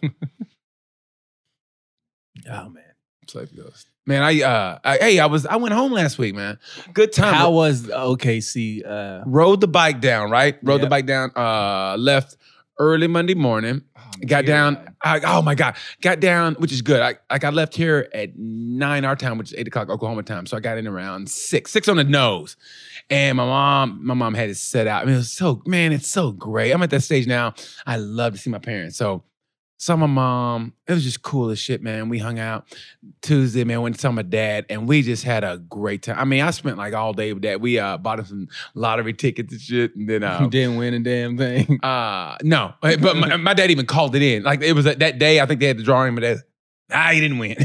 [SPEAKER 1] man.
[SPEAKER 2] (laughs) slave ghost. Man, I uh, I, hey, I was I went home last week, man. Good time.
[SPEAKER 1] How was the OKC? Uh,
[SPEAKER 2] Rode the bike down, right? Rode the
[SPEAKER 1] Yep.
[SPEAKER 2] bike down. Uh, left early Monday morning. got down. I, oh my god, got down, which is good. I like I left here at nine our time, which is eight o'clock Oklahoma time. So I got in around six, six on the nose. And my mom, my mom had it set out. I mean, it was so man, it's so great. I'm at that stage now. I love to see my parents. So saw my mom. It was just cool as shit, man. We hung out Tuesday, man. Went and saw my dad, and we just had a great time. I mean, I spent like all day with that. We uh, bought him some lottery tickets and shit, and
[SPEAKER 1] (laughs)
[SPEAKER 2] then uh,
[SPEAKER 1] didn't win a damn
[SPEAKER 2] (laughs)
[SPEAKER 1] thing. (laughs)
[SPEAKER 2] uh no, but but my, my dad even called it in. Like it was that, that day. I think they had the drawing, but that ah, he didn't win. (laughs)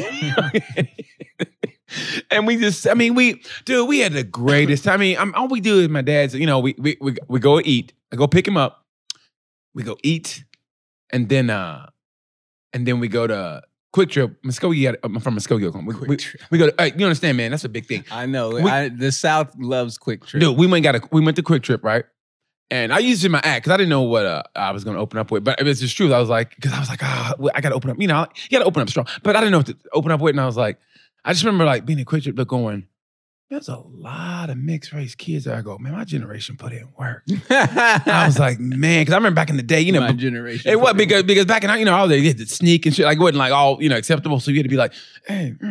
[SPEAKER 2] and we just, I mean, we dude, we had the greatest. I mean, I'm, all we do is my dad's. You know, we we we we go eat. I go pick him up. We go eat, and then uh, and then we go to Quick Trip Muskogee. out- I'm from Muskogee, Oklahoma. We, we, we go to. uh, you understand, man? That's a big thing.
[SPEAKER 1] I know.
[SPEAKER 2] We-
[SPEAKER 1] I, the South loves quick
[SPEAKER 2] (laughs)
[SPEAKER 1] trip.
[SPEAKER 2] Dude, we went and got a we went to Quick Trip, right? And I used it in my act because I didn't know what uh, I was going to open up with. But it's just truth. I was like, because I was like, ah, well, I got to open up. You know, you got to open up strong. But I didn't know what to open up with. And I was like, I just remember like being in Quick Trip, but going, there's a lot of mixed race kids. There. I go, man, my generation put in work. I was like, man, because I remember back in the day, you know,
[SPEAKER 1] my
[SPEAKER 2] b-
[SPEAKER 1] generation.
[SPEAKER 2] it was because because back in our- you know all they had to sneak and shit like it wasn't like all you know acceptable. So you had to be like, hey, you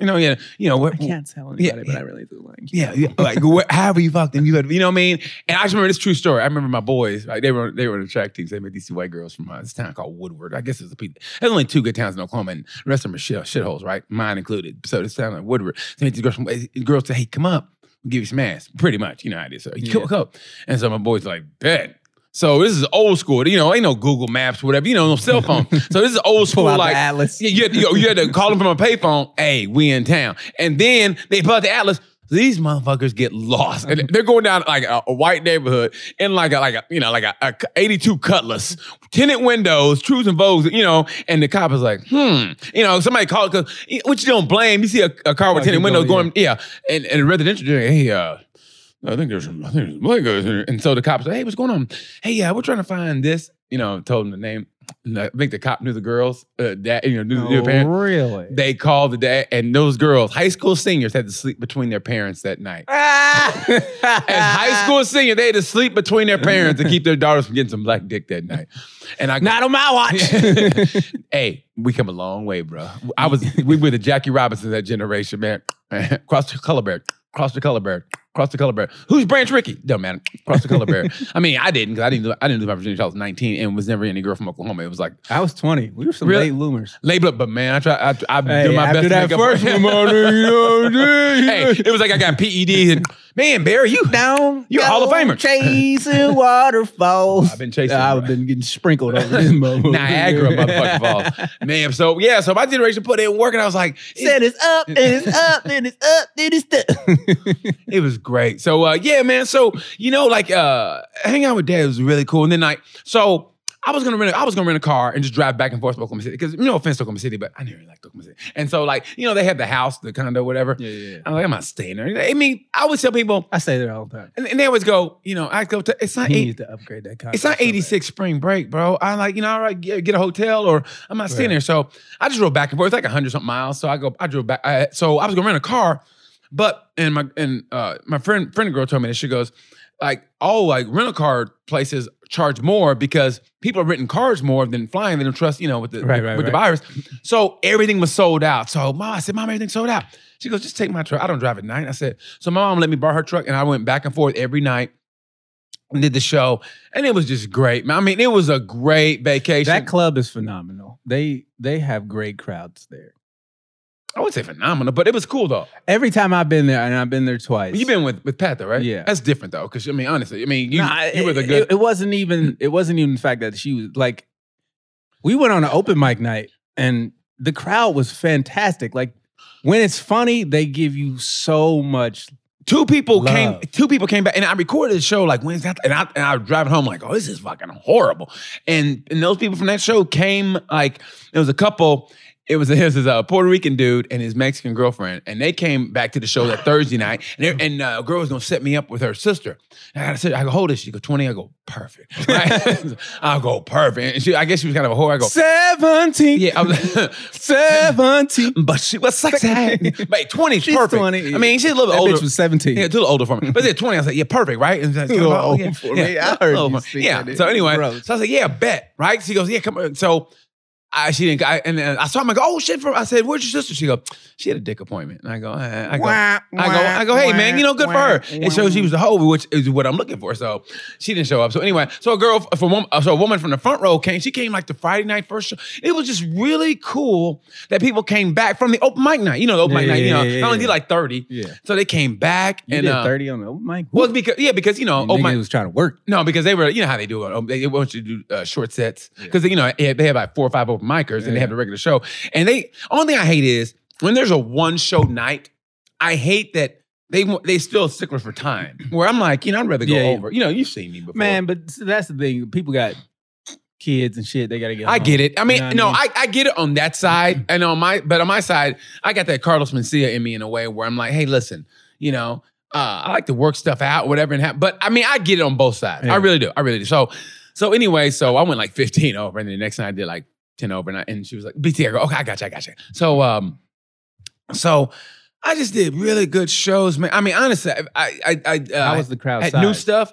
[SPEAKER 2] know, yeah, you know,
[SPEAKER 1] I
[SPEAKER 2] what,
[SPEAKER 1] can't tell anybody,
[SPEAKER 2] Yeah,
[SPEAKER 1] but I really do like you.
[SPEAKER 2] yeah, yeah, like wh- however you fucked them, you had, you know what I mean. And I just remember this true story. I remember my boys, like they were they were in the track teams. They made these two white girls from uh, this town called Woodward. I guess it's a pe- there's only two good towns in Oklahoma, and the rest of them are shit, shitholes, right? Mine included. So this town like Woodward. So they made these girls from these girls say, "Hey, come up, we'll give you some ass." Pretty much, you know how it is. So you
[SPEAKER 1] Yeah.
[SPEAKER 2] come, come up, and so my boys like bet. So this is old school. You know, ain't no Google Maps, whatever. You know, no
[SPEAKER 1] (laughs)
[SPEAKER 2] cell phone. so this is old school.
[SPEAKER 1] Pull out
[SPEAKER 2] like
[SPEAKER 1] the atlas.
[SPEAKER 2] yeah, you had, to, you had to call them from a payphone. Hey, we in town. And then they pull out the atlas. These motherfuckers get lost. And they're going down like a, a white neighborhood in like a like a you know like a, a 82 Cutlass, tenant windows, trues and vogues, you know. And the cop is like, hmm, you know, somebody called because which you don't blame. You see a, a car with
[SPEAKER 1] Like
[SPEAKER 2] tenant
[SPEAKER 1] you
[SPEAKER 2] windows
[SPEAKER 1] go, yeah.
[SPEAKER 2] going, yeah, and and a residential. Hey, uh, I think there's some, I think there's black guys in here. And so the cops like, hey, what's going on? Hey, yeah, we're trying to find this. You know, told him the name. And I think the cop knew the girls, uh, dad, you know, knew, knew the parents.
[SPEAKER 1] Oh, really?
[SPEAKER 2] They (laughs) called the dad, and those girls, high school seniors, had to sleep between their parents that night. As
[SPEAKER 1] Ah.
[SPEAKER 2] high school senior, they had to sleep between their parents to keep their daughters from getting some black dick that night. And I
[SPEAKER 1] Not on my
[SPEAKER 2] (laughs)
[SPEAKER 1] watch.
[SPEAKER 2] hey, we come a long way, bro. I was we were the Jackie Robinson that generation, man. (laughs) Cross the color bear, cross the color bear, cross the color bear. Who's Branch Ricky? Don't matter. Cross the
[SPEAKER 1] (laughs)
[SPEAKER 2] color bear. I mean, I didn't because I didn't I didn't lose my virginity. until I was nineteen and was never any girl from Oklahoma. It was like
[SPEAKER 1] (laughs) I was 20. We were some
[SPEAKER 2] Really?
[SPEAKER 1] late loomers.
[SPEAKER 2] label up, but man, I try I I
[SPEAKER 1] Hey,
[SPEAKER 2] do my
[SPEAKER 1] after
[SPEAKER 2] best
[SPEAKER 1] that
[SPEAKER 2] (laughs) to make up. (laughs)
[SPEAKER 1] first one, my nigga, you know what I'm saying?
[SPEAKER 2] hey, it was like I got PEDs E and Man,
[SPEAKER 1] (laughs)
[SPEAKER 2] Barry, you
[SPEAKER 1] Down,
[SPEAKER 2] You're a Hall of
[SPEAKER 1] down,
[SPEAKER 2] Famer. (laughs)
[SPEAKER 1] Chasing waterfalls.
[SPEAKER 2] I've been chasing.
[SPEAKER 1] I've been getting sprinkled over (laughs) this motherfucker.
[SPEAKER 2] Niagara (laughs) motherfucking
[SPEAKER 1] (laughs)
[SPEAKER 2] falls. Man, so yeah, so my generation put in work and I was like, it,
[SPEAKER 1] Said it's up, and it's up, and it's up, and (laughs) it's up.
[SPEAKER 2] it was great. So uh yeah, man. So, you know, like uh hanging out with dad was really cool. And then like, so I was gonna rent a, I was gonna rent a car and just drive back and forth to Oklahoma City. Because no offense to Oklahoma City, but I never liked Oklahoma City. And so like, you know, they had the house, the condo, whatever.
[SPEAKER 1] yeah, yeah.
[SPEAKER 2] I'm like, I'm not staying there. I mean, I always tell people,
[SPEAKER 1] I say that all the time.
[SPEAKER 2] and, and they always go, you know, I go to it's not
[SPEAKER 1] He
[SPEAKER 2] eight,
[SPEAKER 1] needs to upgrade that car.
[SPEAKER 2] It's not 86 spring break, bro. I like, you know, all right, get, get a hotel or I'm not staying there. So I just drove back and forth. It's like 100 something miles. So I go, I drove back. I, so I was going to rent a car, but, and my, and uh, my friend, friend girl told me this. She goes, like, all like rental car places charge more because people are renting cars more than flying. They don't trust, you know, with the,
[SPEAKER 1] Right, right,
[SPEAKER 2] with the
[SPEAKER 1] right.
[SPEAKER 2] virus. So everything was sold out. So mom, I said, mom, everything's sold out. She goes, just take my truck. I don't drive at night. I said, so my mom let me borrow her truck and I went back and forth every night and did the show. And it was just great. man. I mean, it was a great vacation.
[SPEAKER 1] That club is phenomenal. They they have great crowds there.
[SPEAKER 2] I would say phenomenal, but it was cool though.
[SPEAKER 1] Every time I've been there, and I've been there twice.
[SPEAKER 2] You've been with, with Pat though, right?
[SPEAKER 1] Yeah.
[SPEAKER 2] That's different though. Cause I mean, honestly, I mean, you,
[SPEAKER 1] Nah,
[SPEAKER 2] you were the
[SPEAKER 1] it-
[SPEAKER 2] good.
[SPEAKER 1] It, it wasn't even. It wasn't even the fact that she was like. We went on an open mic night, and the crowd was fantastic. Like when it's funny, they give you so much.
[SPEAKER 2] two people
[SPEAKER 1] Love.
[SPEAKER 2] came two people came back and i recorded the show like wednesday and i, and I was driving home like oh this is fucking horrible and and those people from that show came like it was a couple it was his is a (laughs) Puerto Rican dude and his Mexican girlfriend, and they came back to the show that Thursday night. And, they- and uh, a girl was gonna set me up with her sister. And I gotta sit, I go hold this. She go twenty. I go perfect. (laughs) Right? I go perfect. And she, I guess she was kind of a whore.
[SPEAKER 1] (laughs)
[SPEAKER 2] I go
[SPEAKER 1] Seventeen.
[SPEAKER 2] yeah. I was, (laughs)
[SPEAKER 1] seventeen.
[SPEAKER 2] but she was sexy. Wait, twenty is
[SPEAKER 1] She's
[SPEAKER 2] perfect.
[SPEAKER 1] 20.
[SPEAKER 2] I mean, she's a little bit
[SPEAKER 1] That
[SPEAKER 2] older.
[SPEAKER 1] bitch was seventeen.
[SPEAKER 2] Yeah, too little older for me. But then 20, I was like, yeah, perfect, right? And she's like,
[SPEAKER 1] Too little
[SPEAKER 2] oh,
[SPEAKER 1] old
[SPEAKER 2] yeah,
[SPEAKER 1] for
[SPEAKER 2] yeah,
[SPEAKER 1] me. I
[SPEAKER 2] yeah,
[SPEAKER 1] heard
[SPEAKER 2] little
[SPEAKER 1] you
[SPEAKER 2] old for me.
[SPEAKER 1] say
[SPEAKER 2] Yeah.
[SPEAKER 1] that.
[SPEAKER 2] So anyway,
[SPEAKER 1] Gross.
[SPEAKER 2] so I was like, yeah, bet, right? She goes, yeah, come on. So I she didn't. I, and then I saw him. I go, oh shit! From I said, where's your sister? She go, she had a dick appointment. And I go, eh, I go, I go, I go, hey man, you know, good for her. And so she was the hoe, which is what I'm looking for. So she didn't show up. So anyway, so a girl from one, so a woman from the front row came. She came like the Friday night first show. It was just really cool that people came back from the open mic night. You know, the open
[SPEAKER 1] Yeah,
[SPEAKER 2] mic
[SPEAKER 1] yeah,
[SPEAKER 2] night. You
[SPEAKER 1] yeah,
[SPEAKER 2] know,
[SPEAKER 1] yeah,
[SPEAKER 2] I only
[SPEAKER 1] yeah.
[SPEAKER 2] did like thirty.
[SPEAKER 1] Yeah.
[SPEAKER 2] So they came back
[SPEAKER 1] You
[SPEAKER 2] and
[SPEAKER 1] did
[SPEAKER 2] uh,
[SPEAKER 1] thirty on the open mic.
[SPEAKER 2] well, because yeah, because you know,
[SPEAKER 1] And
[SPEAKER 2] oh
[SPEAKER 1] nigga
[SPEAKER 2] my,
[SPEAKER 1] was trying to work.
[SPEAKER 2] no, because they were, you know how they do it. Um, They they want you to do uh, short sets because you know they they have like four or five open micers and they have the regular show. And they only thing I hate is when there's a one show night. I hate that they wa- they still stickler
[SPEAKER 1] (clears throat)
[SPEAKER 2] for time. Where I'm like, you know, I'd rather go
[SPEAKER 1] Yeah, yeah.
[SPEAKER 2] over. You know, you've seen me before,
[SPEAKER 1] Man, but see, that's the thing. People got kids and shit. They gotta get.
[SPEAKER 2] I
[SPEAKER 1] home.
[SPEAKER 2] get it. I mean,
[SPEAKER 1] You know what I
[SPEAKER 2] no,
[SPEAKER 1] mean?
[SPEAKER 2] I, I get it on that side, and on my but on my side, I got that Carlos Mencia in me in a way where I'm like, hey, listen, you know, uh, I like to work stuff out, whatever, and have, but I mean, I get it on both sides.
[SPEAKER 1] Yeah.
[SPEAKER 2] I really do. I really do. So, so anyway, so I went like 15 over, and then the next night I did like 10 over, and, I, and she was like, BT, I go, okay, I got you, I got you. So, um, so I just did really good shows, man. I mean, honestly, I, I, I, uh,
[SPEAKER 1] How was the crowd?
[SPEAKER 2] at
[SPEAKER 1] size?
[SPEAKER 2] new stuff.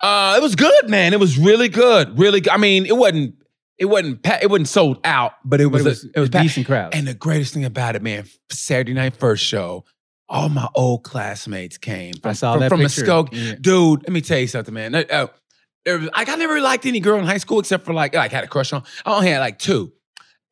[SPEAKER 2] Uh, it was good, man. It was really good. Really, good. I mean, it wasn't. It wasn't. Pa- it wasn't sold out, but it
[SPEAKER 1] But
[SPEAKER 2] was. a- it was.
[SPEAKER 1] a
[SPEAKER 2] packed.
[SPEAKER 1] decent crowd.
[SPEAKER 2] and the greatest thing about it, man, Saturday night first show, all my old classmates came.
[SPEAKER 1] I saw
[SPEAKER 2] from,
[SPEAKER 1] that
[SPEAKER 2] from
[SPEAKER 1] picture.
[SPEAKER 2] Muskogee.
[SPEAKER 1] Yeah.
[SPEAKER 2] Dude, let me tell you something, man. Uh, uh, there was- like I never liked any girl in high school except for like like had a crush on. I only had like two,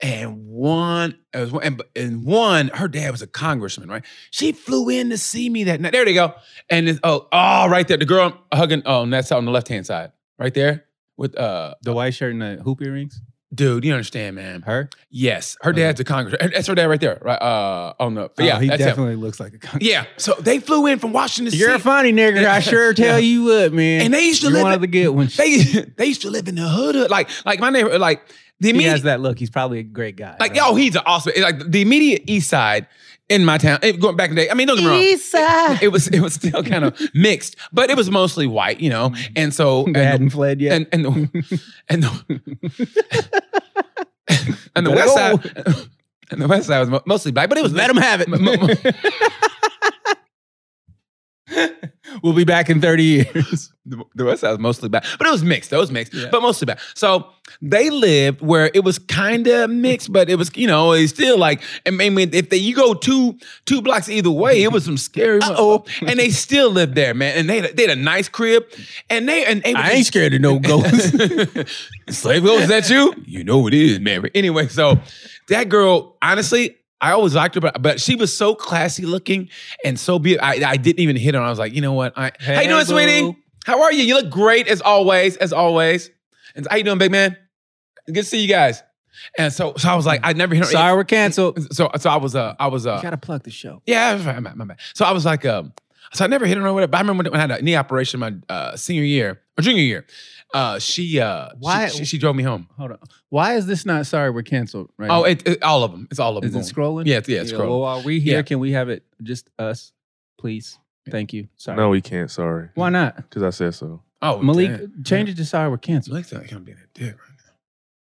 [SPEAKER 2] and one it was one- and, and one her dad was a congressman, right? She flew in to see me that night. There they go, and it's, oh oh right there, the girl hugging. Oh, and that's on the left hand side, right there with uh
[SPEAKER 1] The white shirt and the hoop earrings.
[SPEAKER 2] dude. You understand, man?
[SPEAKER 1] Her.
[SPEAKER 2] Yes, her
[SPEAKER 1] Okay.
[SPEAKER 2] dad's a congressman. That's her dad right there, right? Uh, on the yeah,
[SPEAKER 1] Oh, he
[SPEAKER 2] that's him.
[SPEAKER 1] definitely looks like a. Con-
[SPEAKER 2] Yeah, so they flew in from Washington.
[SPEAKER 1] You're a
[SPEAKER 2] C-
[SPEAKER 1] funny nigga. I sure tell you what, man.
[SPEAKER 2] and they used to
[SPEAKER 1] You're
[SPEAKER 2] live
[SPEAKER 1] one
[SPEAKER 2] in-
[SPEAKER 1] of the good ones.
[SPEAKER 2] they (laughs) they used to live in the hood, hood. like like my neighbor, like the
[SPEAKER 1] he
[SPEAKER 2] immediate,
[SPEAKER 1] has that look. He's probably a great guy.
[SPEAKER 2] like yo, he's an awesome, like the immediate east side in my town. eh, Going back in the day, I mean, don't get me wrong,
[SPEAKER 1] Eastside.
[SPEAKER 2] it was it was still kind of mixed, but it was mostly white, you know, and so
[SPEAKER 1] They
[SPEAKER 2] and
[SPEAKER 1] hadn't fled yet.
[SPEAKER 2] and and the, and the, and the
[SPEAKER 1] Let
[SPEAKER 2] west
[SPEAKER 1] it
[SPEAKER 2] side (laughs) and the west side was mo- mostly black, but it was
[SPEAKER 1] Let him have
[SPEAKER 2] mo- mo-
[SPEAKER 1] it. we'll be back in 30 years.
[SPEAKER 2] the the West Side was mostly black, but it was mixed. It was mixed,
[SPEAKER 1] Yeah.
[SPEAKER 2] but mostly black. So they lived where it was kind of mixed, but it was you know it's still like I mean if they, you go two two blocks either way, it was some scary. Oh, and they still lived there, man. And they had a- they had a nice crib, and they and they were
[SPEAKER 1] I
[SPEAKER 2] just-
[SPEAKER 1] ain't scared of no ghosts.
[SPEAKER 2] (laughs) Slave ghost, is that you? You know it is, man. But anyway, so that girl, honestly, I always liked her, but, but she was so classy looking and so beautiful. I, I didn't even hit her. I was like, you know what? I, how you
[SPEAKER 1] Hey,
[SPEAKER 2] doing,
[SPEAKER 1] boo.
[SPEAKER 2] sweetie? How are you? You look great as always, as always. And how you doing, big man? Good to see you guys. And so, so I was like, I never hit
[SPEAKER 1] (laughs)
[SPEAKER 2] her.
[SPEAKER 1] Sorry, we're
[SPEAKER 2] (laughs)
[SPEAKER 1] canceled.
[SPEAKER 2] So, so I was, uh, I was, uh,
[SPEAKER 1] You gotta plug the show.
[SPEAKER 2] yeah, that's right, my, my bad. So I was like, um, so I never hit her or whatever. But I remember when I had a knee operation my uh, senior year or junior year. Uh, she, uh,
[SPEAKER 1] Why-
[SPEAKER 2] She, she, she drove me home.
[SPEAKER 1] Hold on. Why is this not sorry we're canceled? Right.
[SPEAKER 2] Oh,
[SPEAKER 1] now?
[SPEAKER 2] it, it- all of them. It's all of
[SPEAKER 1] is
[SPEAKER 2] them.
[SPEAKER 1] it scrolling?
[SPEAKER 2] Yeah, it's- yeah, it's
[SPEAKER 1] Yeah,
[SPEAKER 2] scrolling.
[SPEAKER 1] Well, while we here,
[SPEAKER 2] Yeah.
[SPEAKER 1] can we have it just us, please? Thank you. Sorry.
[SPEAKER 3] No, we can't. Sorry.
[SPEAKER 1] Why not?
[SPEAKER 3] Because I said so.
[SPEAKER 2] oh,
[SPEAKER 1] Malik,
[SPEAKER 2] damn.
[SPEAKER 1] change it to sorry we're canceled.
[SPEAKER 2] Malik's not gonna be that dick.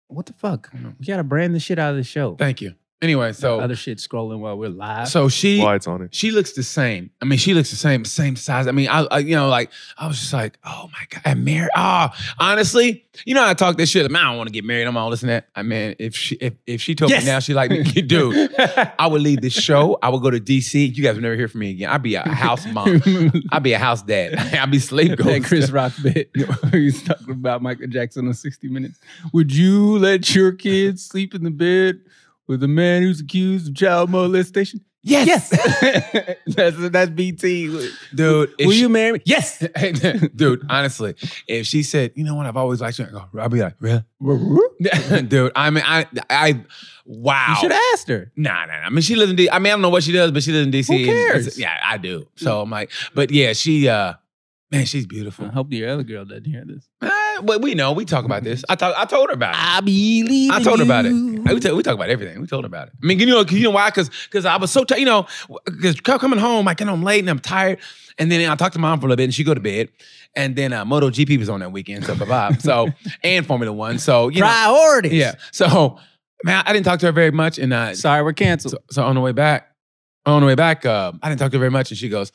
[SPEAKER 1] What the fuck?
[SPEAKER 2] I know.
[SPEAKER 1] We gotta brand the shit out of the show.
[SPEAKER 2] Thank you. Anyway, so
[SPEAKER 1] other shit scrolling while we're live. (laughs)
[SPEAKER 2] so she
[SPEAKER 3] Why it's on it.
[SPEAKER 2] she looks the same. I mean, she looks the same, same size. I mean, I, I you know, like I was just like, oh my god, I'm married. Ah, honestly, you know, I talk this shit. I, mean, I don't want to get married. I'm all this and that. I mean, if she if, if she told
[SPEAKER 1] Yes.
[SPEAKER 2] me now she like me, (laughs) dude,
[SPEAKER 1] I
[SPEAKER 2] I would leave this show. I would go to DC. You guys would never hear from me again. I'd be a house
[SPEAKER 1] (laughs)
[SPEAKER 2] mom. I'd be a house dad. (laughs) I'd be
[SPEAKER 1] that
[SPEAKER 2] sleep ghost.
[SPEAKER 1] Chris Rock bit (laughs) where he's talking about Michael Jackson on 60 Minutes. Would you let your kids sleep in the bed with a man who's accused of child molestation?
[SPEAKER 2] Yes,
[SPEAKER 1] (laughs) that's that's BT. Will
[SPEAKER 2] dude. if she-
[SPEAKER 1] you marry me? Yes.
[SPEAKER 2] (laughs) dude, honestly, if she said, you know what, I've always liked you, I'd go, I'd be like,
[SPEAKER 1] (laughs)
[SPEAKER 2] really?
[SPEAKER 1] you
[SPEAKER 2] dude, I mean, I, I, wow.
[SPEAKER 1] should have asked her.
[SPEAKER 2] Nah, nah, nah. I mean, she lives in D. I mean, I don't know what she does, but she lives in DC.
[SPEAKER 1] Who
[SPEAKER 2] and it's-
[SPEAKER 1] cares? Mm.
[SPEAKER 2] Yeah, I do. So I'm like, but yeah, she, uh, man, she's beautiful.
[SPEAKER 1] I hope the other girl doesn't hear this.
[SPEAKER 2] Eh, but we know, we talk about this. I, talk, I told her about it.
[SPEAKER 1] believe.
[SPEAKER 2] I told her about it. We, ta- we talk about everything. We told her about it. I mean, you know, 'cause you know why? Because because I was so tired. You know, because coming home, I get home late and I'm tired. And then I talked to mom for a little bit, and she go to bed. And then uh, Moto GP was on that weekend, so blah blah. so and Formula One. So you know,
[SPEAKER 1] Priorities.
[SPEAKER 2] yeah. So man, I didn't talk to her very much, and uh,
[SPEAKER 1] Sorry, we're canceled.
[SPEAKER 2] so, so on the way back, on the way back, uh, I didn't talk to her very much, and she goes,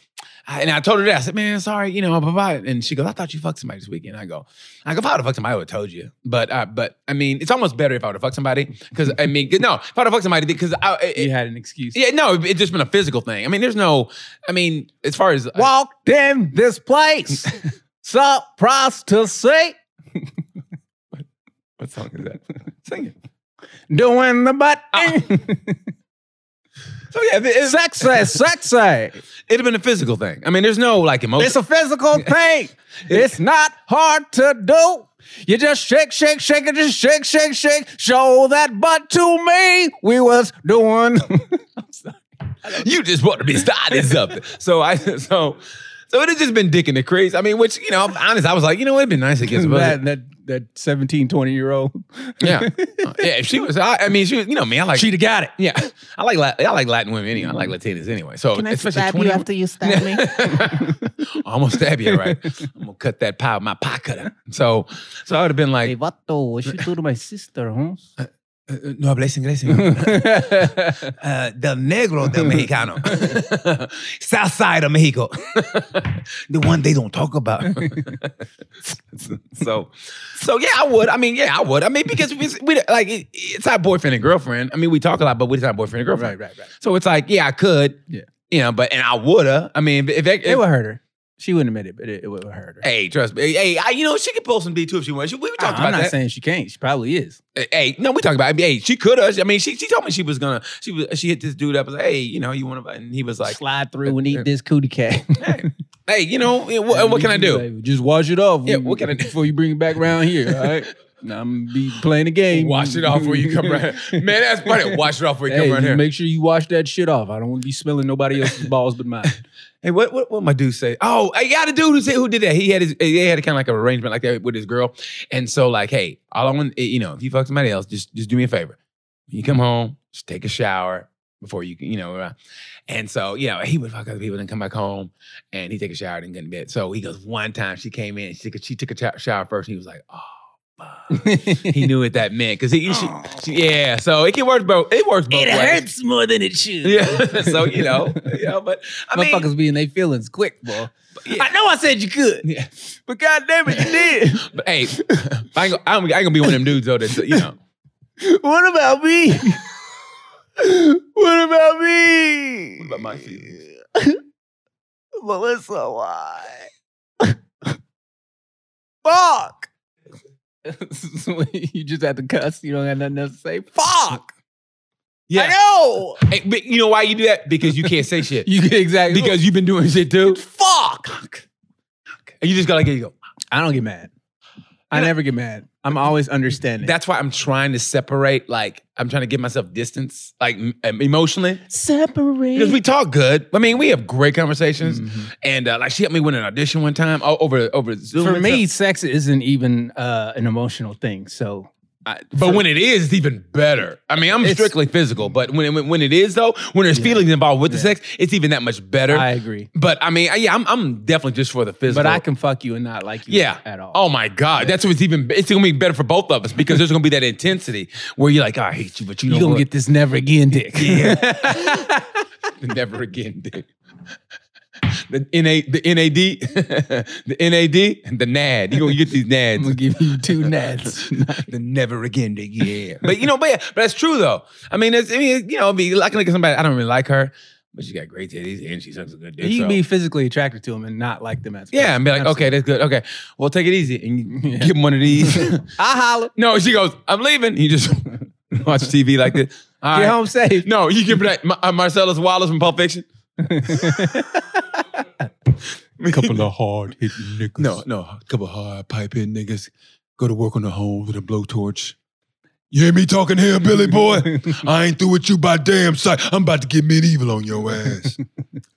[SPEAKER 2] I, and I told her that I said, "Man, sorry, you know, blah blah." And she goes, "I thought you fucked somebody this weekend." I go, "I go, if I would have fucked somebody, I would have told you." But, uh, but I mean, it's almost better if I would have fucked somebody because I mean, no, if I would have fucked somebody because I, it,
[SPEAKER 1] you
[SPEAKER 2] yeah.
[SPEAKER 1] had an excuse.
[SPEAKER 2] no, it, it just been a physical thing. I mean, there's no, I mean, as far as
[SPEAKER 1] Walked in this
[SPEAKER 2] (laughs)
[SPEAKER 1] place. Sup, prostitute.
[SPEAKER 2] what song is that? Sing it. Ah.
[SPEAKER 1] Doing the butt.
[SPEAKER 2] (laughs) So yeah, it, it,
[SPEAKER 1] sexy, sexy.
[SPEAKER 2] it'd have been a physical thing. I mean, there's no like emotion.
[SPEAKER 1] It's a physical (laughs) thing. It's not hard to do. You just shake, shake, shake, and just shake, shake, shake. Show that butt to me. We was (laughs) doing.
[SPEAKER 2] you just want to be starting something. So I so so it has just been dicking the craze. I mean, which you know, I'm honest, I was like, you know, it'd been nice to get some. other-
[SPEAKER 1] that, that, that 17, 20 year old.
[SPEAKER 2] Yeah, Uh, yeah. If she was, I, I mean, she was, you know me. I like
[SPEAKER 1] She'd have got it.
[SPEAKER 2] yeah. I like Lat- I like Latin women anyway. I like Latinas anyway. So
[SPEAKER 4] Can I
[SPEAKER 2] especially
[SPEAKER 4] stab
[SPEAKER 2] 20
[SPEAKER 4] you after you stab
[SPEAKER 5] (laughs)
[SPEAKER 4] me?
[SPEAKER 2] (laughs) I'm gonna stab you, right? I'm gonna cut that pie with my pie cutter. So, so I would have been
[SPEAKER 4] Hey,
[SPEAKER 2] like,
[SPEAKER 4] vato,
[SPEAKER 1] What you do to my sister, Holmes?
[SPEAKER 2] uh, uh, (laughs) no hables inglés, señor. uh, del negro del (laughs) mexicano, south side of Mexico, the one they don't talk about. so, so yeah, I would. I mean, yeah, I would. I mean, because we, we like it, it's not boyfriend and girlfriend. I mean, we talk a lot, but we're not boyfriend and girlfriend.
[SPEAKER 1] right, right.
[SPEAKER 2] So it's like, yeah, I could.
[SPEAKER 1] Yeah.
[SPEAKER 2] You know, but and I woulda. I mean, if, if,
[SPEAKER 1] It would hurt her. She wouldn't admit it, but it, it would hurt her.
[SPEAKER 2] hey, trust me. Hey, I, you know, she could pull some D too if she wants. She- We talked
[SPEAKER 1] I'm
[SPEAKER 2] about
[SPEAKER 1] not
[SPEAKER 2] that.
[SPEAKER 1] saying she can't. She probably is.
[SPEAKER 2] hey, no, we talking about. Hey, she could have. I mean, she she told me she was gonna. She was she hit this dude up. and like, hey, you know, you want to? And he was like,
[SPEAKER 1] Slide through and eat this cootie (laughs) cat.
[SPEAKER 2] hey, hey, you know, yeah, what, what can I do?
[SPEAKER 1] Like, Just wash it off.
[SPEAKER 2] Yeah, what can I do?
[SPEAKER 1] Before you bring it back around here, all right? Now I'm gonna be playing the game.
[SPEAKER 2] Wash it off before you
[SPEAKER 1] (laughs)
[SPEAKER 2] come right here. Man, that's funny. Wash it off before you
[SPEAKER 1] Hey,
[SPEAKER 2] come right
[SPEAKER 1] just
[SPEAKER 2] here.
[SPEAKER 1] make sure you wash that shit off. I don't want to be smelling nobody
[SPEAKER 2] (laughs)
[SPEAKER 1] else's balls but mine.
[SPEAKER 2] hey, what, what what my dude say? Oh, I got a dude who said who did that. He had his he had a kind of like an arrangement like that with his girl. And so like, hey, all I want, eh, you know, if you fuck somebody else, just just do me a favor. When you come home, just take a shower before you, you know. uh, And so, you know, he would fuck other people and come back home and he take a shower and get in bed. So he goes, one time she came in, she took a, she took a cho- shower first and he was like, oh, fuck. he knew what that meant. Cause he, she, she- yeah, so it can work both. It works both ways.
[SPEAKER 1] more than it should.
[SPEAKER 2] Yeah. (laughs) so, you know, you know, but I mean,
[SPEAKER 1] Motherfuckers be in their feelings quick, boy.
[SPEAKER 2] yeah.
[SPEAKER 1] know I said you could,
[SPEAKER 2] (laughs) Yeah.
[SPEAKER 1] but goddamn it, you (laughs)
[SPEAKER 2] But hey, I ain't, gonna, I, ain't, gonna- I ain't gonna be one of them dudes though. That you know,
[SPEAKER 1] did. what about me? what about me?
[SPEAKER 2] about my feelings?
[SPEAKER 1] (laughs) Melissa, why? (laughs) Fuck.
[SPEAKER 2] (laughs)
[SPEAKER 1] you just have to cuss. You don't have nothing else to say. Fuck. (laughs) Yeah. I
[SPEAKER 2] Yeah.
[SPEAKER 1] know.
[SPEAKER 2] Hey, but you know why you do that? Because you (laughs) can't say
[SPEAKER 1] (laughs)
[SPEAKER 2] shit.
[SPEAKER 1] You exactly
[SPEAKER 2] because you've been doing shit too.
[SPEAKER 1] fuck.
[SPEAKER 2] And you just gotta get you go.
[SPEAKER 1] I don't get mad. I
[SPEAKER 2] And I-
[SPEAKER 1] never get mad. I'm always understanding.
[SPEAKER 2] That's why I'm trying to separate. Like I'm trying to give myself distance, like m- um, emotionally,
[SPEAKER 1] separate.
[SPEAKER 2] because we talk good. I mean, we have great conversations,
[SPEAKER 1] Mhm.
[SPEAKER 2] and uh, like she helped me win an audition one time o- over over Zoom.
[SPEAKER 1] For
[SPEAKER 2] and
[SPEAKER 1] me,
[SPEAKER 2] stuff.
[SPEAKER 1] sex isn't even uh, an emotional thing. So
[SPEAKER 2] I- but when it is, it's even better. I mean, I'm
[SPEAKER 1] It's-
[SPEAKER 2] strictly physical, but when when, when it is though, when there's
[SPEAKER 1] Yeah.
[SPEAKER 2] feelings involved with the
[SPEAKER 1] Yeah.
[SPEAKER 2] sex, it's even that much better.
[SPEAKER 1] I agree.
[SPEAKER 2] but I mean, I, yeah, I'm, I'm definitely just for the physical.
[SPEAKER 1] But I can fuck you and not like you
[SPEAKER 2] Yeah.
[SPEAKER 1] at all.
[SPEAKER 2] Oh my God, that's what's even. It's gonna be better for both of us because there's gonna be that intensity where you're like, I hate you, but you know
[SPEAKER 1] you going
[SPEAKER 2] what?
[SPEAKER 1] to get this never again
[SPEAKER 2] (laughs)
[SPEAKER 1] dick.
[SPEAKER 2] Yeah. (laughs) Never again, dude. The NA, the NAD, (laughs) the NAD, the NAD. You gonna get
[SPEAKER 1] (laughs)
[SPEAKER 2] these
[SPEAKER 1] I'm going
[SPEAKER 2] NADs.
[SPEAKER 1] to give you
[SPEAKER 2] (laughs)
[SPEAKER 1] two nats.
[SPEAKER 2] the never again, dude. yeah. But you know, but yeah, but that's trtrue though. I mean, it's, I mean, you know, it'd be like, like somebody I don't really like her, but she got great titties and she sucks a good dick.
[SPEAKER 1] you
[SPEAKER 2] so-
[SPEAKER 1] can be physically attracted to him and not like them as a
[SPEAKER 2] yeah,
[SPEAKER 1] person.
[SPEAKER 2] and be like, okay, that's good. Okay, well, take it easy and you give him one of these.
[SPEAKER 1] I holler.
[SPEAKER 2] no, she goes, I'm leaving. You just (laughs) watch TV like this. All
[SPEAKER 1] Get
[SPEAKER 2] right.
[SPEAKER 1] home safe.
[SPEAKER 2] No, you give her that Ma- uh, Marcellus Wallace from Pulp Fiction.
[SPEAKER 3] Couple of hard hitting
[SPEAKER 2] (laughs)
[SPEAKER 3] niggas.
[SPEAKER 2] No, no, a couple hard pipe in niggas go to work on the home with a blowtorch. You hear me talking here, Billy boy? I ain't through with you by damn sight. I'm about to get medieval on your
[SPEAKER 3] (laughs)
[SPEAKER 2] ass.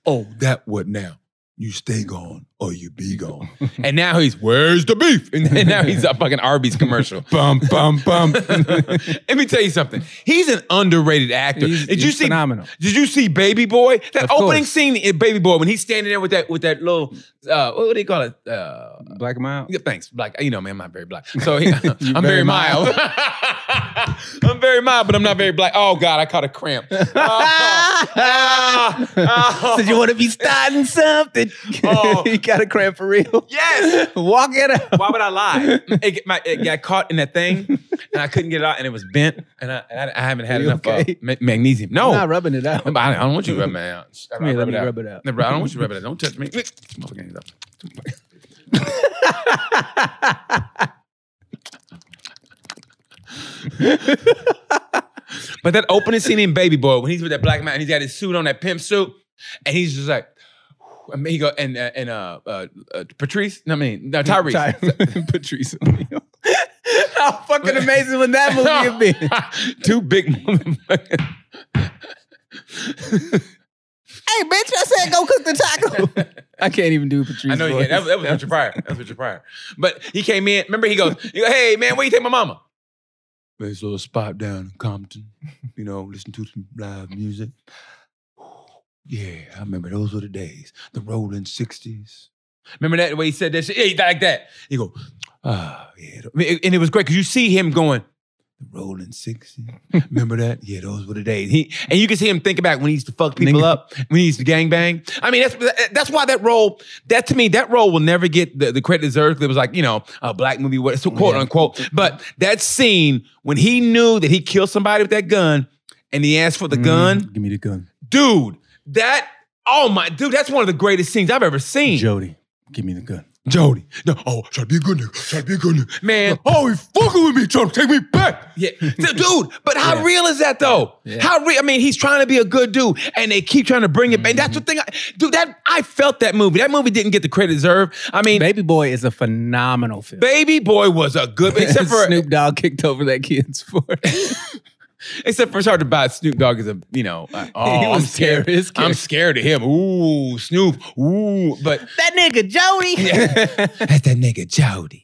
[SPEAKER 2] oh, that what now? You stay gone or you be gone. (laughs) and now he's where's the beef? (laughs) And, and now he's a fucking
[SPEAKER 1] (laughs)
[SPEAKER 2] Arby's commercial.
[SPEAKER 3] Bum, bum, bum.
[SPEAKER 2] (laughs) Let me tell you something. He's an underrated actor.
[SPEAKER 1] He's-
[SPEAKER 2] Did you
[SPEAKER 1] he's
[SPEAKER 2] see
[SPEAKER 1] phenomenal.
[SPEAKER 2] Did you see Baby Boy? That
[SPEAKER 1] Of
[SPEAKER 2] opening
[SPEAKER 1] course.
[SPEAKER 2] scene in Baby Boy when he's standing there with that with that little uh, what do they call it? Uh,
[SPEAKER 1] (laughs) Black him out.
[SPEAKER 2] yeah, thanks, black. You know me, I'm not very black.
[SPEAKER 1] (laughs)
[SPEAKER 2] So he- (laughs) I'm
[SPEAKER 1] You're
[SPEAKER 2] very,
[SPEAKER 1] very
[SPEAKER 2] mild. (laughs) I'm very mild, but I'm not very black. Oh God, I caught
[SPEAKER 1] (laughs)
[SPEAKER 2] a cramp. Oh, oh, oh.
[SPEAKER 1] Said you want to be starting something.
[SPEAKER 2] (laughs) Oh.
[SPEAKER 1] (laughs) you got a cramp for real.
[SPEAKER 2] yes.
[SPEAKER 1] (laughs) Walk it out.
[SPEAKER 2] Why would
[SPEAKER 1] (laughs)
[SPEAKER 2] I lie? It, get- my, it got caught in that thing, and I couldn't get it out, and it was bent, and I, and I, I haven't had
[SPEAKER 1] You
[SPEAKER 2] enough uh,
[SPEAKER 1] okay?
[SPEAKER 2] ma- magnesium. No,
[SPEAKER 1] I'm not rubbing it
[SPEAKER 2] (laughs)
[SPEAKER 1] out.
[SPEAKER 2] I don't want you to rub my out.
[SPEAKER 1] Come here,
[SPEAKER 2] Rub
[SPEAKER 1] let
[SPEAKER 2] it
[SPEAKER 1] me
[SPEAKER 2] out.
[SPEAKER 1] rub it out.
[SPEAKER 2] No, bro, I don't want you to rub it. out. Don't touch me. Motherfucker, hands up. but that opening scene in Baby Boy when he's with that black man and he's got his suit on, that pimp suit, and he's just like, I mean, he go and uh, and uh, uh, uh, Patrice, no, I mean,
[SPEAKER 1] (laughs)
[SPEAKER 2] no, Tyrese.
[SPEAKER 1] Ty-
[SPEAKER 2] (laughs)
[SPEAKER 1] Patrice (laughs) O'Neal. How fucking amazing would
[SPEAKER 2] (laughs)
[SPEAKER 1] that movie have been?
[SPEAKER 2] Two big motherfuckers.
[SPEAKER 1] hey, bitch, I said go cook the taco. I can't even do Patrice.
[SPEAKER 2] I know you
[SPEAKER 1] voice.
[SPEAKER 2] can. That, was- that was Richard Pryor. That was Richard Pryor. But he came in. Remember, he goes, he go, "Hey man, where you take my mama?" There's a little spot down in Compton. You know, listen to some live music. Yeah, I remember those were the days. The Rolling Sixties. Remember that the way he said that shit? Yeah, he like that. He go, "Ah, yeah," I mean, and it was great because you see him going. The
[SPEAKER 1] (laughs)
[SPEAKER 2] Rolling Sixties. Remember that? Yeah, those were the days. He and you can see him thinking back when he used to fuck people
[SPEAKER 1] Nigga.
[SPEAKER 2] up, when he used to gang bang. I mean, that's that's why that role, that to me, that role will never get the, the credit it deserved. It was like you know a black movie, what so quote
[SPEAKER 1] Yeah.
[SPEAKER 2] unquote. But that scene when he knew that he killed somebody with that gun, and he asked for the
[SPEAKER 1] Mm-hmm.
[SPEAKER 2] gun,
[SPEAKER 1] Give me the gun,
[SPEAKER 2] dude. That oh my dude, that's one of the greatest scenes I've ever seen.
[SPEAKER 1] Jody. Give me the gun.
[SPEAKER 2] Jody. No, oh, try to be a good nigga. Try to be a good nigga. Man. Oh, he's fucking with me. Trying to take me back. (laughs) Yeah. D- Dude, but how
[SPEAKER 1] Yeah.
[SPEAKER 2] real is that though?
[SPEAKER 1] Yeah.
[SPEAKER 2] How real? I mean, he's trying to be a good dude and they keep trying to bring it back. And That's the
[SPEAKER 1] Mm-hmm.
[SPEAKER 2] thing. I, dude, that I felt that movie. That movie didn't get the credit deserved. I mean,
[SPEAKER 1] Baby Boy is a phenomenal film.
[SPEAKER 5] (laughs)
[SPEAKER 2] Baby Boy was a
[SPEAKER 1] (laughs)
[SPEAKER 2] good, except for
[SPEAKER 1] Snoop Dogg kicked over that
[SPEAKER 5] (laughs)
[SPEAKER 1] kid's foot.
[SPEAKER 2] except for it's hard to buy Snoop Dogg is a,
[SPEAKER 1] (laughs)
[SPEAKER 2] you know, uh, oh,
[SPEAKER 1] He was
[SPEAKER 2] I'm scared.
[SPEAKER 1] scared. His
[SPEAKER 2] I'm
[SPEAKER 1] character.
[SPEAKER 2] scared of him. Ooh, Snoop. Ooh, but
[SPEAKER 1] that nigga Jody.
[SPEAKER 2] That's that nigga Jody.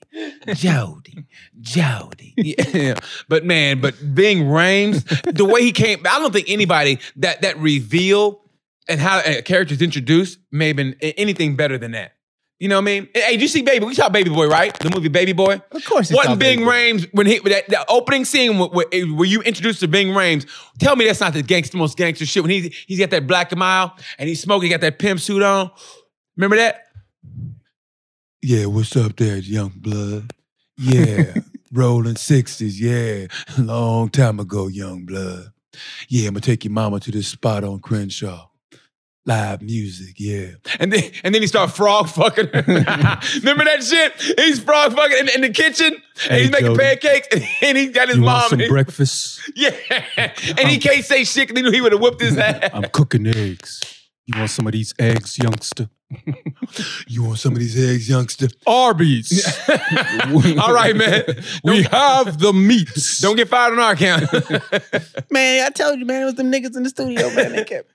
[SPEAKER 2] Jody. Jody. Yeah. But man, but Bing Rames, the way he came, I don't think anybody that that reveal and how a character's introduced may have been a- anything better than that. You know what I mean? Hey, did you see Baby? We saw Baby Boy, right? The movie Baby Boy.
[SPEAKER 1] Of course, it's
[SPEAKER 2] Wasn't
[SPEAKER 1] not
[SPEAKER 2] Bing
[SPEAKER 1] Baby Boy.
[SPEAKER 2] Rames when he that, that opening scene where, where, where you introduced to Bing Rames? Tell me that's not the gangster most gangster shit. When he he's got that black mile and he's smoking, he got that pimp suit on. Remember that? Yeah, what's up there, young blood? Yeah, rolling sixties. Yeah, long time ago, young blood. Yeah, I'm gonna take your mama to this spot on Crenshaw. Live music, yeah. And then and then he started frog fucking her. (laughs) Remember that shit? He's frog fucking in, in the kitchen. and
[SPEAKER 3] Hey,
[SPEAKER 2] he's making
[SPEAKER 3] Jody.
[SPEAKER 2] pancakes. (laughs) And, he got his
[SPEAKER 3] You
[SPEAKER 2] mom.
[SPEAKER 3] want some
[SPEAKER 2] and-
[SPEAKER 3] breakfast? (laughs)
[SPEAKER 2] yeah. And he can't say shit because he knew he would have whooped his ass.
[SPEAKER 3] I'm cooking eggs. You want some of these eggs, youngster?
[SPEAKER 2] (laughs) You want some of these eggs, youngster? (laughs)
[SPEAKER 3] Arby's.
[SPEAKER 2] All right, man.
[SPEAKER 3] (laughs) we
[SPEAKER 2] Don't-
[SPEAKER 3] have the meats.
[SPEAKER 2] Don't get fired on our account.
[SPEAKER 5] (laughs)
[SPEAKER 2] (laughs)
[SPEAKER 5] Man, I told you, man, it was them niggas in the studio, man. They kept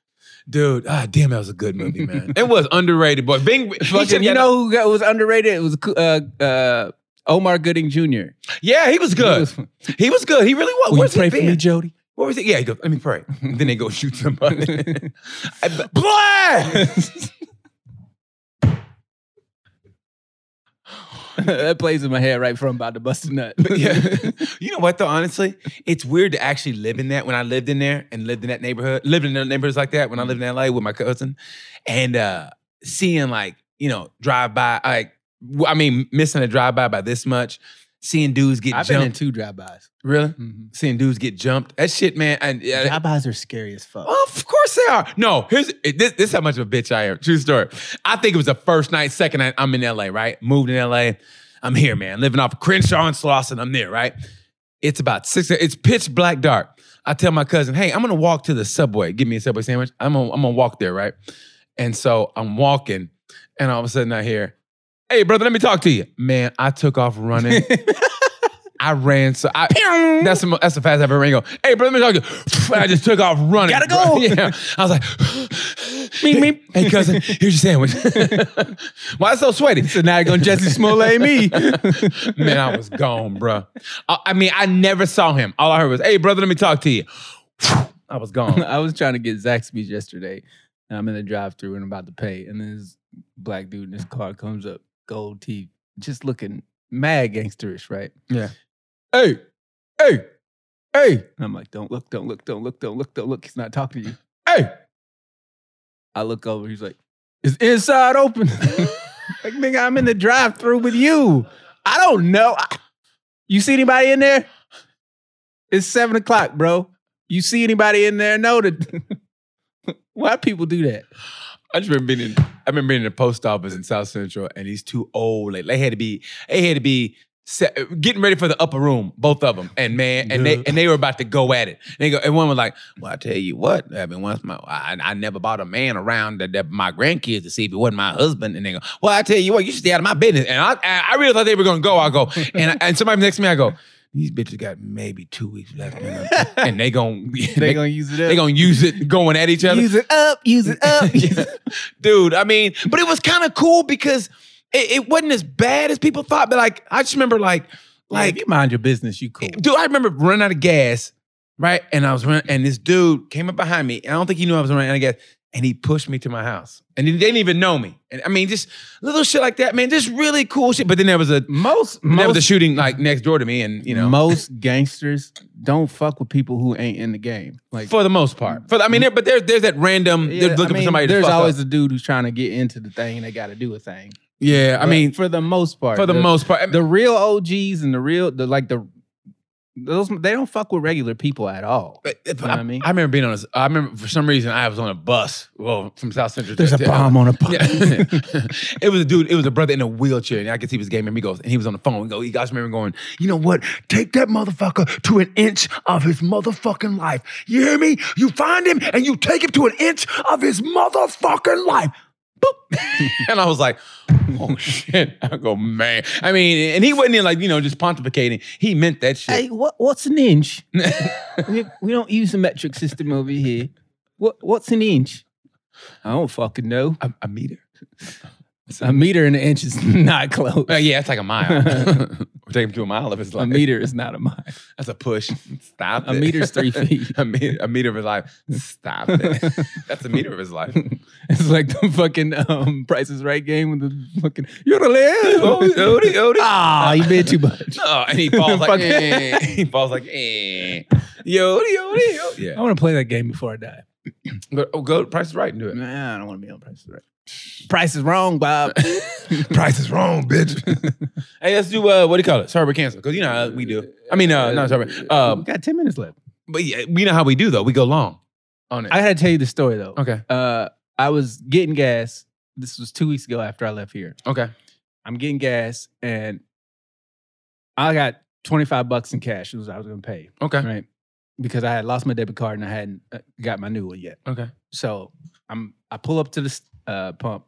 [SPEAKER 2] Dude, ah, damn, that was a good movie, man. (laughs) it was underrated, but Bing, he
[SPEAKER 5] fucking.
[SPEAKER 2] should've
[SPEAKER 5] You
[SPEAKER 2] got-
[SPEAKER 5] know who got, was underrated? It was uh, uh, Omar Gooding Jr.
[SPEAKER 2] yeah, he was
[SPEAKER 5] He
[SPEAKER 2] good.
[SPEAKER 5] was-
[SPEAKER 2] He was good. He really was.
[SPEAKER 3] Will you
[SPEAKER 2] Where's he
[SPEAKER 3] pray for
[SPEAKER 2] been?
[SPEAKER 3] me, Jody?
[SPEAKER 2] What was it? Yeah, he goes, let me pray. then they go shoot somebody. I b- Blast!
[SPEAKER 5] (laughs) that plays in my head right from about to bust a nut.
[SPEAKER 2] But (laughs) (laughs) yeah. You know what though? Honestly, it's weird to actually live in that. When I lived in there and lived in that neighborhood, lived in neighborhoods like that when I lived in LA with my cousin, and uh seeing like you know drive by, like w- I mean missing a drive by by this much, seeing dudes get
[SPEAKER 5] I've been in
[SPEAKER 2] jumped.
[SPEAKER 5] two drive-bys. Mm-hmm.
[SPEAKER 2] really, seeing dudes get jumped. That shit, man. And uh,
[SPEAKER 5] Drive-bys are scary as fuck.
[SPEAKER 2] Well, of course they are. No, here's it- this. This is how much of a bitch I am. True story. I think it was the first night, second night. I'm in LA, right? Moved in LA. I'm here, man. Living off Crenshaw and Slauson. I'm there, right? It's about six. It's pitch black dark. I tell my cousin, hey, I'm gonna walk to the subway. Give me a subway sandwich. I'm gonna, I'm gonna walk there, right? And so I'm walking, and all of a sudden I hear, hey, brother, let me talk to you. Man, I took off running. I ran so I. That's the mo- that's the fast I ever ran. Go, hey, brother, let me talk to you. And I just took off running.
[SPEAKER 5] Gotta
[SPEAKER 2] bro.
[SPEAKER 5] go.
[SPEAKER 2] (laughs) Yeah, I was like,
[SPEAKER 5] (laughs) Meep, meep.
[SPEAKER 2] Hey, cousin, here's
[SPEAKER 5] (laughs)
[SPEAKER 2] your sandwich. Why it's so sweaty?
[SPEAKER 5] So now you're going Jesse Smollett (laughs) me.
[SPEAKER 2] Man, I was gone, bruh. I, I mean, I never saw him. All I heard was, "Hey, brother, let me talk to you." (sighs) I was gone.
[SPEAKER 5] (laughs) I was trying to get Zaxby's yesterday. And I'm in the drive-through and I'm about to pay. And then this black dude in his car comes up, gold teeth, just looking mad gangsterish, right?
[SPEAKER 2] Yeah.
[SPEAKER 5] Hey, hey, hey. And I'm like, don't look, don't look, don't look, don't look, don't look. He's not talking to you.
[SPEAKER 2] Hey,
[SPEAKER 5] I look over. He's like, "Is inside open?" (laughs) like, nigga, I'm in the drive-through with you. I don't know. I- you see anybody in there? It's seven o'clock, bro. You see anybody in there? No. That why people do that?
[SPEAKER 2] I just remember being in, I remember being in the post office in South Central, and these two old, like they had to be, they had to be set, getting ready for the upper room, both of them, and man, and they
[SPEAKER 3] Yeah.
[SPEAKER 2] and they were about to go at it. And they go, and one was like, "Well, I tell you what, I mean, once my, I, I never bought a man around that, that my grandkids to see if it wasn't my husband." And they go, "Well, I tell you what, you should stay out of my business." And I, I, I really thought they were gonna go. I go, and and somebody next to me, I go. These bitches got maybe two weeks left, in them." and they gon' (laughs)
[SPEAKER 5] They
[SPEAKER 2] they,
[SPEAKER 5] gonna use it up.
[SPEAKER 2] they gonna use it going at each other.
[SPEAKER 5] use it up. Use
[SPEAKER 2] (laughs)
[SPEAKER 5] it up. use it-
[SPEAKER 2] Dude, I mean, but it was kind of cool because it, it wasn't as bad as people thought. But like, I just remember like,
[SPEAKER 5] like,
[SPEAKER 2] like,
[SPEAKER 5] you mind your business. You cool.
[SPEAKER 2] dude, I remember running out of gas, right? And I was running, and this dude came up behind me, and I don't think he knew I was running out of gas, and he pushed me to my house, and he didn't even know me. And I mean, just little shit like that, man, just really cool shit. But then there was a
[SPEAKER 5] Most
[SPEAKER 2] there was
[SPEAKER 5] most
[SPEAKER 2] a shooting like next door to me, and you know,
[SPEAKER 5] most gangsters don't fuck with people who ain't in the game. Like.
[SPEAKER 2] for the most part, for the- I mean, there, but there's there's that random
[SPEAKER 5] yeah,
[SPEAKER 2] they're looking
[SPEAKER 5] I mean,
[SPEAKER 2] for somebody.
[SPEAKER 5] There's
[SPEAKER 2] to fuck up.
[SPEAKER 5] always a dude who's trying to get into the thing and they got to do a thing.
[SPEAKER 2] yeah. I
[SPEAKER 5] But
[SPEAKER 2] mean,
[SPEAKER 5] for the most part,
[SPEAKER 2] for the, most part,
[SPEAKER 5] the real OGs and the real, the like the those they don't fuck with regular people at all.
[SPEAKER 2] But- but
[SPEAKER 5] know
[SPEAKER 2] I,
[SPEAKER 5] what I mean?
[SPEAKER 2] I remember being on. A, I remember for some reason I was on a bus. Well, from South Central.
[SPEAKER 3] There's a
[SPEAKER 2] to- to-
[SPEAKER 3] bomb on a bomb.
[SPEAKER 2] Yeah. (laughs) it was a dude. It was a brother in a wheelchair, and I could see he was gay. And he goes, and he was on the phone. He goes, you guys remember going, you know what? Take that motherfucker to an inch of his motherfucking life. You hear me? You find him and you take him to an inch of his motherfucking life. Boop. (laughs) and I was like, oh (laughs) shit. I go, man. I mean, and he wasn't in like you know just pontificating. He meant that shit.
[SPEAKER 5] Hey, what what's an inch? we, we don't use the metric system over here. What what's an inch? I don't fucking know.
[SPEAKER 2] A, a meter.
[SPEAKER 5] A meter and an inch is not close.
[SPEAKER 2] Uh, yeah, it's like a
[SPEAKER 5] (laughs)
[SPEAKER 2] mile. We're taking to a mile of his
[SPEAKER 5] A
[SPEAKER 2] life.
[SPEAKER 5] meter is not a mile.
[SPEAKER 2] That's a push. Stop
[SPEAKER 5] A
[SPEAKER 2] it.
[SPEAKER 5] meter's three feet.
[SPEAKER 2] (laughs) a, meter, a meter of his life. Stop
[SPEAKER 5] (laughs)
[SPEAKER 2] it. That's a meter of his life.
[SPEAKER 5] It's like the fucking um, Price is Right game with the fucking you're the (laughs)
[SPEAKER 2] Odie, Odie,
[SPEAKER 5] little.
[SPEAKER 2] Odie.
[SPEAKER 5] Ah, you bid too (laughs) much.
[SPEAKER 2] No, Oh, and he falls like,
[SPEAKER 5] Fuck.
[SPEAKER 2] eh. he falls like, eh. Yo, yo, yo.
[SPEAKER 5] I
[SPEAKER 2] Yeah.
[SPEAKER 5] want to play that game before I die.
[SPEAKER 2] Go, oh, go, Price is Right and do it.
[SPEAKER 5] Nah, I don't want to be on Price is Right. (laughs) Price is wrong, (laughs) Bob. Mm-hmm.
[SPEAKER 2] Price is wrong,
[SPEAKER 5] (laughs)
[SPEAKER 2] bitch. hey, let's do, uh, what do you call it? Sorry, we're canceled. Because you know how we do. I mean, uh, not sorry. Uh,
[SPEAKER 5] we got ten minutes left.
[SPEAKER 2] but yeah, we know how we do, though. We go long on it.
[SPEAKER 5] I gotta tell you the story though.
[SPEAKER 2] okay.
[SPEAKER 5] Uh, I was getting gas. This was two weeks ago after I left here.
[SPEAKER 2] Okay.
[SPEAKER 5] I'm getting gas and I got 25 bucks in cash. It was I was going to pay,
[SPEAKER 2] Okay.
[SPEAKER 5] right? Because I had lost my debit card and I hadn't uh, got my new one yet.
[SPEAKER 2] Okay.
[SPEAKER 5] So I'm I pull up to this uh, pump,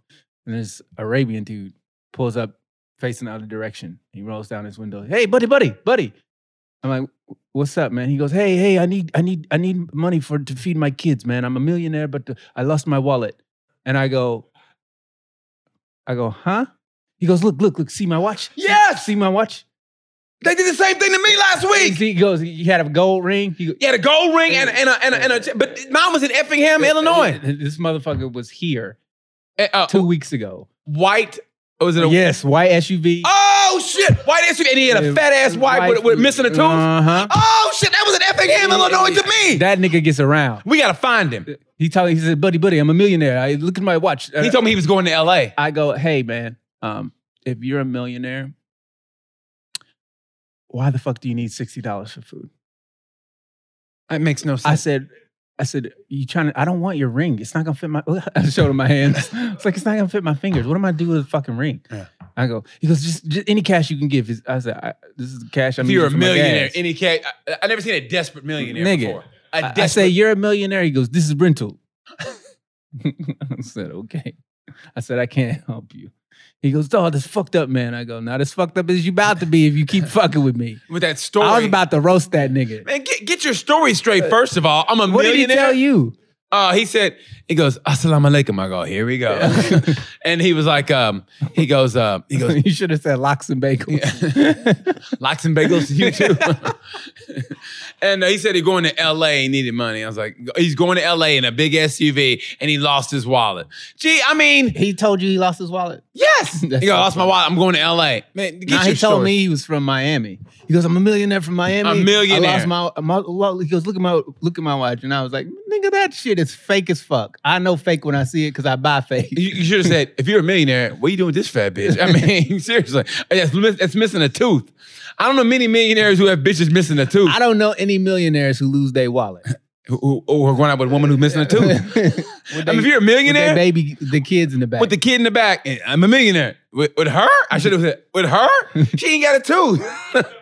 [SPEAKER 5] and this Arabian dude pulls up facing the other direction. He rolls down his window. Hey, buddy, buddy, buddy. I'm like, "Wh- what's up, man? He goes, hey, hey, I need, I need, I need money for to feed my kids, man. I'm a millionaire, but uh, I lost my wallet. And I go, I go, huh? He goes, look, look, look, see my watch. See-
[SPEAKER 2] Yes!
[SPEAKER 5] see my watch.
[SPEAKER 2] They did the same thing to me last week.
[SPEAKER 5] He goes, he had a gold ring. He,
[SPEAKER 2] Yeah, the gold ring and and a, and a, and a but mine was in Effingham, Illinois.
[SPEAKER 5] This motherfucker was here
[SPEAKER 2] Uh, uh,
[SPEAKER 5] two weeks ago.
[SPEAKER 2] white was it a
[SPEAKER 5] Yes, white SUV.
[SPEAKER 2] Oh shit! White ass and he had a
[SPEAKER 5] Yeah,
[SPEAKER 2] fat ass white with, with missing a tooth.
[SPEAKER 5] Uh-huh.
[SPEAKER 2] Oh shit! That was an Effingham, Illinois to me.
[SPEAKER 5] That nigga gets around.
[SPEAKER 2] we gotta find him.
[SPEAKER 5] He told me, he said, buddy, buddy, I'm a millionaire. I look at my watch.
[SPEAKER 2] He told me he was going to L.A.
[SPEAKER 5] I go, hey man, um, if you're a millionaire, why the fuck do you need sixty dollars for food?
[SPEAKER 2] That makes no
[SPEAKER 5] I
[SPEAKER 2] sense.
[SPEAKER 5] said, I said, you trying to I don't want your ring. It's not gonna fit my (laughs) I showed him my
[SPEAKER 2] (laughs)
[SPEAKER 5] hands. It's like it's not gonna fit my fingers. What am I doing with a fucking ring?
[SPEAKER 2] Yeah.
[SPEAKER 5] I go, he goes, just, just any cash you can give. is- I said, I, this is the cash I'm
[SPEAKER 2] if you're a
[SPEAKER 5] using for my
[SPEAKER 2] millionaire,
[SPEAKER 5] gas."
[SPEAKER 2] any cat, I, I never seen a desperate millionaire
[SPEAKER 5] Nigga,
[SPEAKER 2] before. A
[SPEAKER 5] I, I
[SPEAKER 2] desperate,
[SPEAKER 5] say you're a millionaire. He goes, "This is rental." (laughs) I said, "Okay." I said, "I can't (laughs) help you." He goes, "Dog, this fucked up, man." I go, "Not as fucked up as you about to be if
[SPEAKER 2] (laughs)
[SPEAKER 5] you keep fucking with me."
[SPEAKER 2] with that story.
[SPEAKER 5] I was about to roast that nigga.
[SPEAKER 2] Man, get, get your story straight. First of all, I'm a
[SPEAKER 5] What did he
[SPEAKER 2] millionaire.
[SPEAKER 5] tell you?
[SPEAKER 2] Uh, he said, he goes, Assalamu alaikum. I go, here we go. (laughs) and he was like, um, he goes, uh, he
[SPEAKER 5] (laughs)
[SPEAKER 2] goes,
[SPEAKER 5] you should have said locks and bagels. (laughs)
[SPEAKER 2] Locks and bagels, you too. (laughs) and uh, he said he's going to LA and needed money. I was like, he's going to LA in a big SUV and he lost his wallet. Gee, I mean,
[SPEAKER 5] he told you he lost his wallet.
[SPEAKER 2] yes. he
[SPEAKER 5] (laughs) That's
[SPEAKER 2] goes, I lost
[SPEAKER 5] awesome.
[SPEAKER 2] my wallet. I'm going to LA. Man, get
[SPEAKER 5] Nah,
[SPEAKER 2] your
[SPEAKER 5] he told
[SPEAKER 2] story.
[SPEAKER 5] me he was from Miami. He goes, "I'm a millionaire from Miami.
[SPEAKER 2] millionaire.
[SPEAKER 5] I lost my, my well, he goes, "Look at my look at my watch," and I was like, "Nigga, that shit is fake as fuck. I know fake when I see it because I buy fake."
[SPEAKER 2] You, you should have said, if you're a millionaire, what are you doing with this fat bitch? I mean, (laughs) seriously, it's, miss- it's missing a tooth. I don't know many millionaires who have bitches missing a tooth
[SPEAKER 5] I don't know any millionaires who lose
[SPEAKER 2] (laughs)
[SPEAKER 5] their wallet.
[SPEAKER 2] who, who, who are going out with a woman who's missing a tooth.
[SPEAKER 5] (laughs) With
[SPEAKER 2] I mean, if you're a
[SPEAKER 5] they- with their
[SPEAKER 2] millionaire,
[SPEAKER 5] baby, the kids in the back.
[SPEAKER 2] with the kid in the back. and I'm a millionaire. With, with her? I should have said, with her? She ain't got a tooth.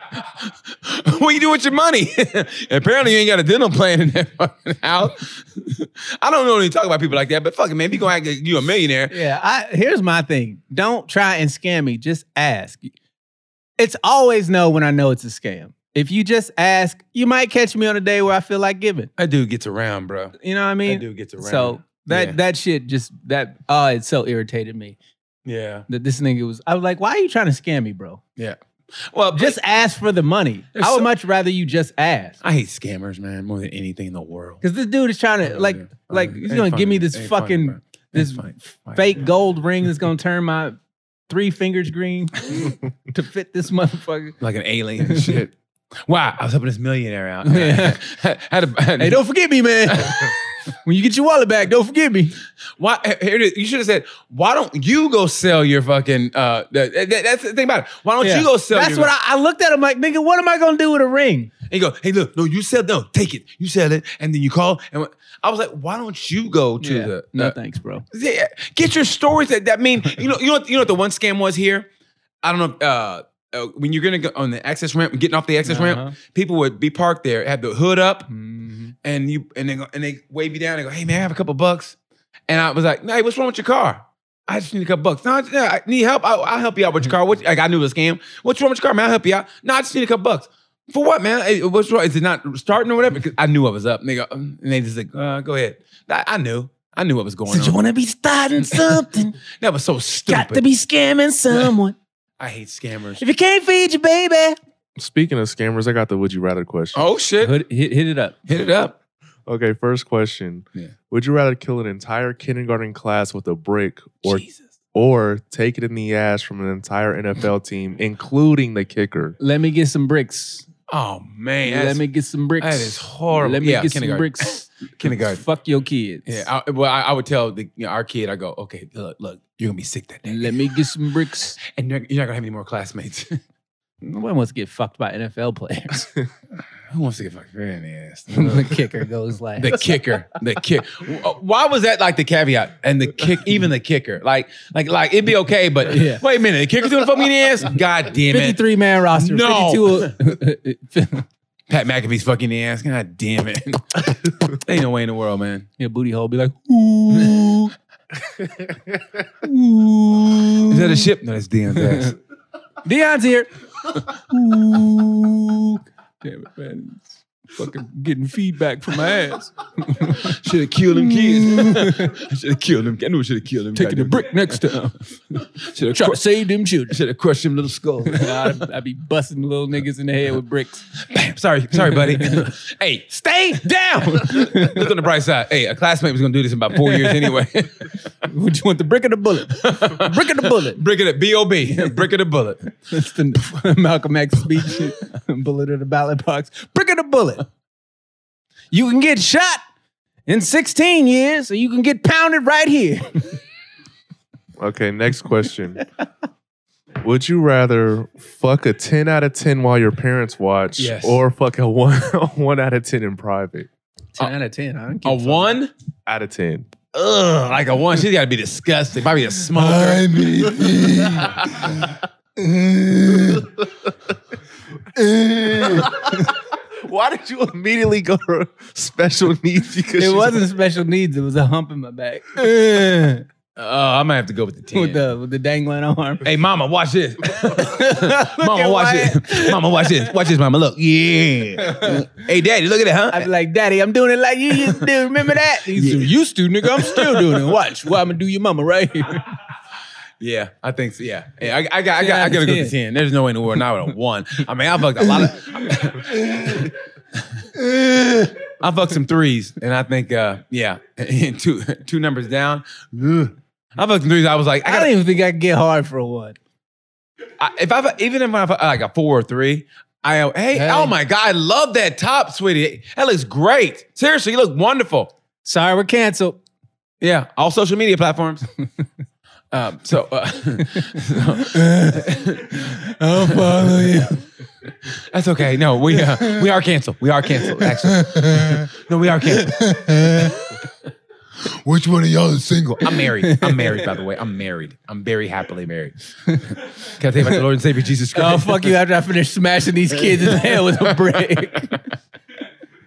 [SPEAKER 2] (laughs) what you do with your money? (laughs) Apparently you ain't got a dental plan in that fucking house. (laughs) I don't know any talk about people like that, but fucking man, if you gonna act like you a millionaire.
[SPEAKER 5] yeah, I, here's my thing. Don't try and scam me. Just ask. It's always no when I know it's a scam. If you just ask, you might catch me on a day where I feel like giving.
[SPEAKER 2] That dude gets around, bro.
[SPEAKER 5] You know what I
[SPEAKER 2] That
[SPEAKER 5] mean?
[SPEAKER 2] dude gets around.
[SPEAKER 5] So that
[SPEAKER 2] Yeah.
[SPEAKER 5] that shit just that oh it so irritated me
[SPEAKER 2] yeah.
[SPEAKER 5] that this nigga was I was like why are you trying to scam me bro
[SPEAKER 2] Well, just
[SPEAKER 5] just ask for the money
[SPEAKER 2] There's
[SPEAKER 5] I would
[SPEAKER 2] so-
[SPEAKER 5] much rather you just ask
[SPEAKER 2] I hate scammers, man, more than anything in the world. Uh,
[SPEAKER 5] because this dude is trying
[SPEAKER 2] Oh,
[SPEAKER 5] to like like he's gonna give me this fucking this fake gold ring that's gonna turn my three
[SPEAKER 2] (laughs)
[SPEAKER 5] fingers green to fit this motherfucker.
[SPEAKER 2] like an alien
[SPEAKER 5] (laughs)
[SPEAKER 2] and shit. Wow, I was helping this millionaire out.
[SPEAKER 5] Yeah. (laughs)
[SPEAKER 2] had a,
[SPEAKER 5] Hey, don't forget me, man. (laughs) when you get your wallet back, don't forget me.
[SPEAKER 2] Why here it is. You should have said, "Why don't you go sell your fucking?" Uh, that, that- that's the thing about it. Why don't you
[SPEAKER 5] Yeah.
[SPEAKER 2] Uh, go sell?
[SPEAKER 5] That's
[SPEAKER 2] your
[SPEAKER 5] what I, I looked at him like, nigga, what am I gonna do with a ring?
[SPEAKER 2] And you go, "Hey, look, no, you sell. No, take it. You sell it, and then you call." And wh- I was like, "Why don't you go to
[SPEAKER 5] Yeah.
[SPEAKER 2] the
[SPEAKER 5] no
[SPEAKER 2] uh,
[SPEAKER 5] thanks, bro.
[SPEAKER 2] yeah, get your stories that that mean you know you know what, you know what the one scam was here. I don't know. if, Uh, uh, when you're gonna go on the access ramp, getting off the access
[SPEAKER 5] Uh-huh. Mm-hmm.
[SPEAKER 2] ramp, people would be parked there, have the hood up, and you and they go, and they wave you down and go, "Hey man, I have a couple bucks," and I was like, "Hey, what's wrong with your car?" I just need a couple bucks. No, I, just- yeah, I need help. I, I'll help you out with your car.
[SPEAKER 5] Mm-hmm.
[SPEAKER 2] What, like I knew it was a scam. What's wrong with your car, man? I'll help you out. No, I just need a couple bucks. For what, man? Hey, what's wrong? Is it not starting or whatever? Because I knew I was up. And they go, um, and they just like, uh, go ahead. I, I knew. I knew what was going on.
[SPEAKER 5] wanna be (laughs) starting something,
[SPEAKER 2] That was so stupid.
[SPEAKER 5] be scamming someone.
[SPEAKER 2] I hate scammers.
[SPEAKER 5] you can't feed your baby.
[SPEAKER 4] Speaking of scammers, I got the would you rather question.
[SPEAKER 2] Oh shit!
[SPEAKER 5] Hit, hit, hit it up.
[SPEAKER 2] Hit it up.
[SPEAKER 4] Okay, first question.
[SPEAKER 2] Yeah.
[SPEAKER 4] Would you rather kill an entire kindergarten class with a brick or
[SPEAKER 2] Jesus.
[SPEAKER 4] or take it in the ass from an entire NFL team, including the kicker?
[SPEAKER 5] Let me get some bricks.
[SPEAKER 2] Oh man.
[SPEAKER 5] Let
[SPEAKER 2] that's-
[SPEAKER 5] me get some bricks.
[SPEAKER 2] that is horrible.
[SPEAKER 5] Let me
[SPEAKER 2] Yeah,
[SPEAKER 5] get some
[SPEAKER 2] kindergarten.
[SPEAKER 5] bricks.
[SPEAKER 2] (laughs) Kindergarten.
[SPEAKER 5] Fuck your kids.
[SPEAKER 2] Yeah. I, well, I, I would tell the, you know, our kid, I go, okay, look, look, you're gonna be sick that day,
[SPEAKER 5] Let me get some bricks.
[SPEAKER 2] (laughs) and you're, you're not gonna have any more classmates. (laughs)
[SPEAKER 5] No one wants to get fucked by NFL players.
[SPEAKER 2] Who wants to get fucked fair in the ass?
[SPEAKER 5] the kicker goes
[SPEAKER 2] (laughs)
[SPEAKER 5] last. (laughs)
[SPEAKER 2] the kicker, the kick. uh, Why was that like the caveat and the kick, even the kicker? Like, like, like it'd be okay, (laughs) but
[SPEAKER 5] Yeah.
[SPEAKER 2] wait a minute, the kicker's gonna fuck me in the (laughs) ass. God damn it,
[SPEAKER 5] 53 man roster.
[SPEAKER 2] No.
[SPEAKER 5] (laughs) 52
[SPEAKER 2] Pat McAfee's fucking the ass. God damn (laughs) it, ain't no way in the world, man.
[SPEAKER 5] Your booty hole be like, ooh. ooh.
[SPEAKER 2] Is that a ship? No, that's Dion's (laughs) ass.
[SPEAKER 5] Dion's here. Ooh. (laughs) Damn it, (laughs) man. Fucking getting feedback from my ass.
[SPEAKER 2] Should have killed them
[SPEAKER 3] (laughs)
[SPEAKER 2] kids. should have killed them. I knew I should have killed them.
[SPEAKER 5] Taking the brick next (laughs) time.
[SPEAKER 2] Should
[SPEAKER 5] Try
[SPEAKER 2] have
[SPEAKER 5] to save them children.
[SPEAKER 2] should have crushed them little
[SPEAKER 5] (laughs)
[SPEAKER 2] skulls.
[SPEAKER 5] I'd, I'd be busting little niggas in the head with bricks.
[SPEAKER 2] Bam. Sorry, sorry, buddy. (laughs) hey, stay down. (laughs) Look on the bright side. Hey, a classmate was gonna do this in about four years anyway. (laughs)
[SPEAKER 5] Would you want the brick or the bullet? Brick or the (laughs) bullet?
[SPEAKER 2] Brick of the B O B.
[SPEAKER 5] (laughs)
[SPEAKER 2] Brick of the bullet.
[SPEAKER 5] That's the (laughs) Malcolm X speech. (laughs) bullet or the ballot box. Brick or the bullet? You can get shot in 16 years, or you can get pounded right here.
[SPEAKER 4] Okay, next question. Would you rather fuck a 10 out of 10 while your parents watch
[SPEAKER 2] Yes.
[SPEAKER 4] or fuck a (laughs) 1 1 out of 10 in private?
[SPEAKER 5] 10 out of 10. I don't
[SPEAKER 2] A one?
[SPEAKER 4] Out of 10.
[SPEAKER 2] Ugh, Uh, like a one. She's gotta be disgusting. Probably a smoker.
[SPEAKER 4] (laughs) Why did you immediately go to special needs because
[SPEAKER 5] Oh, It
[SPEAKER 4] she's-
[SPEAKER 5] wasn't special needs. It was a hump in my back (laughs)
[SPEAKER 2] Oh, I might have to go with the ten.
[SPEAKER 5] with the with the dangling arm.
[SPEAKER 2] Hey, mama, watch
[SPEAKER 5] (laughs)
[SPEAKER 2] this. mama,
[SPEAKER 5] at
[SPEAKER 2] watch this. Mama, watch this. Watch this, mama. Look.
[SPEAKER 5] (laughs)
[SPEAKER 2] Yeah. hey, daddy, look at that,
[SPEAKER 5] I'd be
[SPEAKER 2] huh?
[SPEAKER 5] like, Daddy, I'm doing it like you used to do. Remember that? (laughs) He said, used to, nigga. I'm still doing it. Watch. Well, I'm gonna do your mama right here.
[SPEAKER 2] Yeah, I think so. Yeah. Hey, I, I, got, I,
[SPEAKER 5] Ten
[SPEAKER 2] got,
[SPEAKER 5] out
[SPEAKER 2] I
[SPEAKER 5] of
[SPEAKER 2] gotta go with the 10.
[SPEAKER 5] 10.
[SPEAKER 2] There's no way in the world. Not with a one. I mean, I fucked a lot of. I fucked some threes, and I think, uh, yeah, (laughs) and two two numbers down. Ugh. I fucked some threes. I was like, I
[SPEAKER 5] I
[SPEAKER 2] gotta
[SPEAKER 5] don't even think I could get hard for a one.
[SPEAKER 2] I, if I've even if I've like a four or three, I am hey,
[SPEAKER 5] Hey.
[SPEAKER 2] oh my god, I love that top, sweetie. That looks great. Seriously, you look wonderful.
[SPEAKER 5] Sorry, we're canceled.
[SPEAKER 2] Yeah, all social media platforms. (laughs) um, so, uh,
[SPEAKER 5] Oh,
[SPEAKER 2] I'll follow you. That's okay. No, we uh, we are canceled. We are canceled. (laughs) Actually, no, we are canceled. (laughs)
[SPEAKER 6] Which one of y'all is single?
[SPEAKER 2] I'm married. I'm married. By the way, I'm married. I'm very happily married. (laughs) Can I tell you about the Lord and Savior Jesus Christ?
[SPEAKER 5] (laughs) Oh fuck you! After I finish smashing these kids in the head with a brick, (laughs)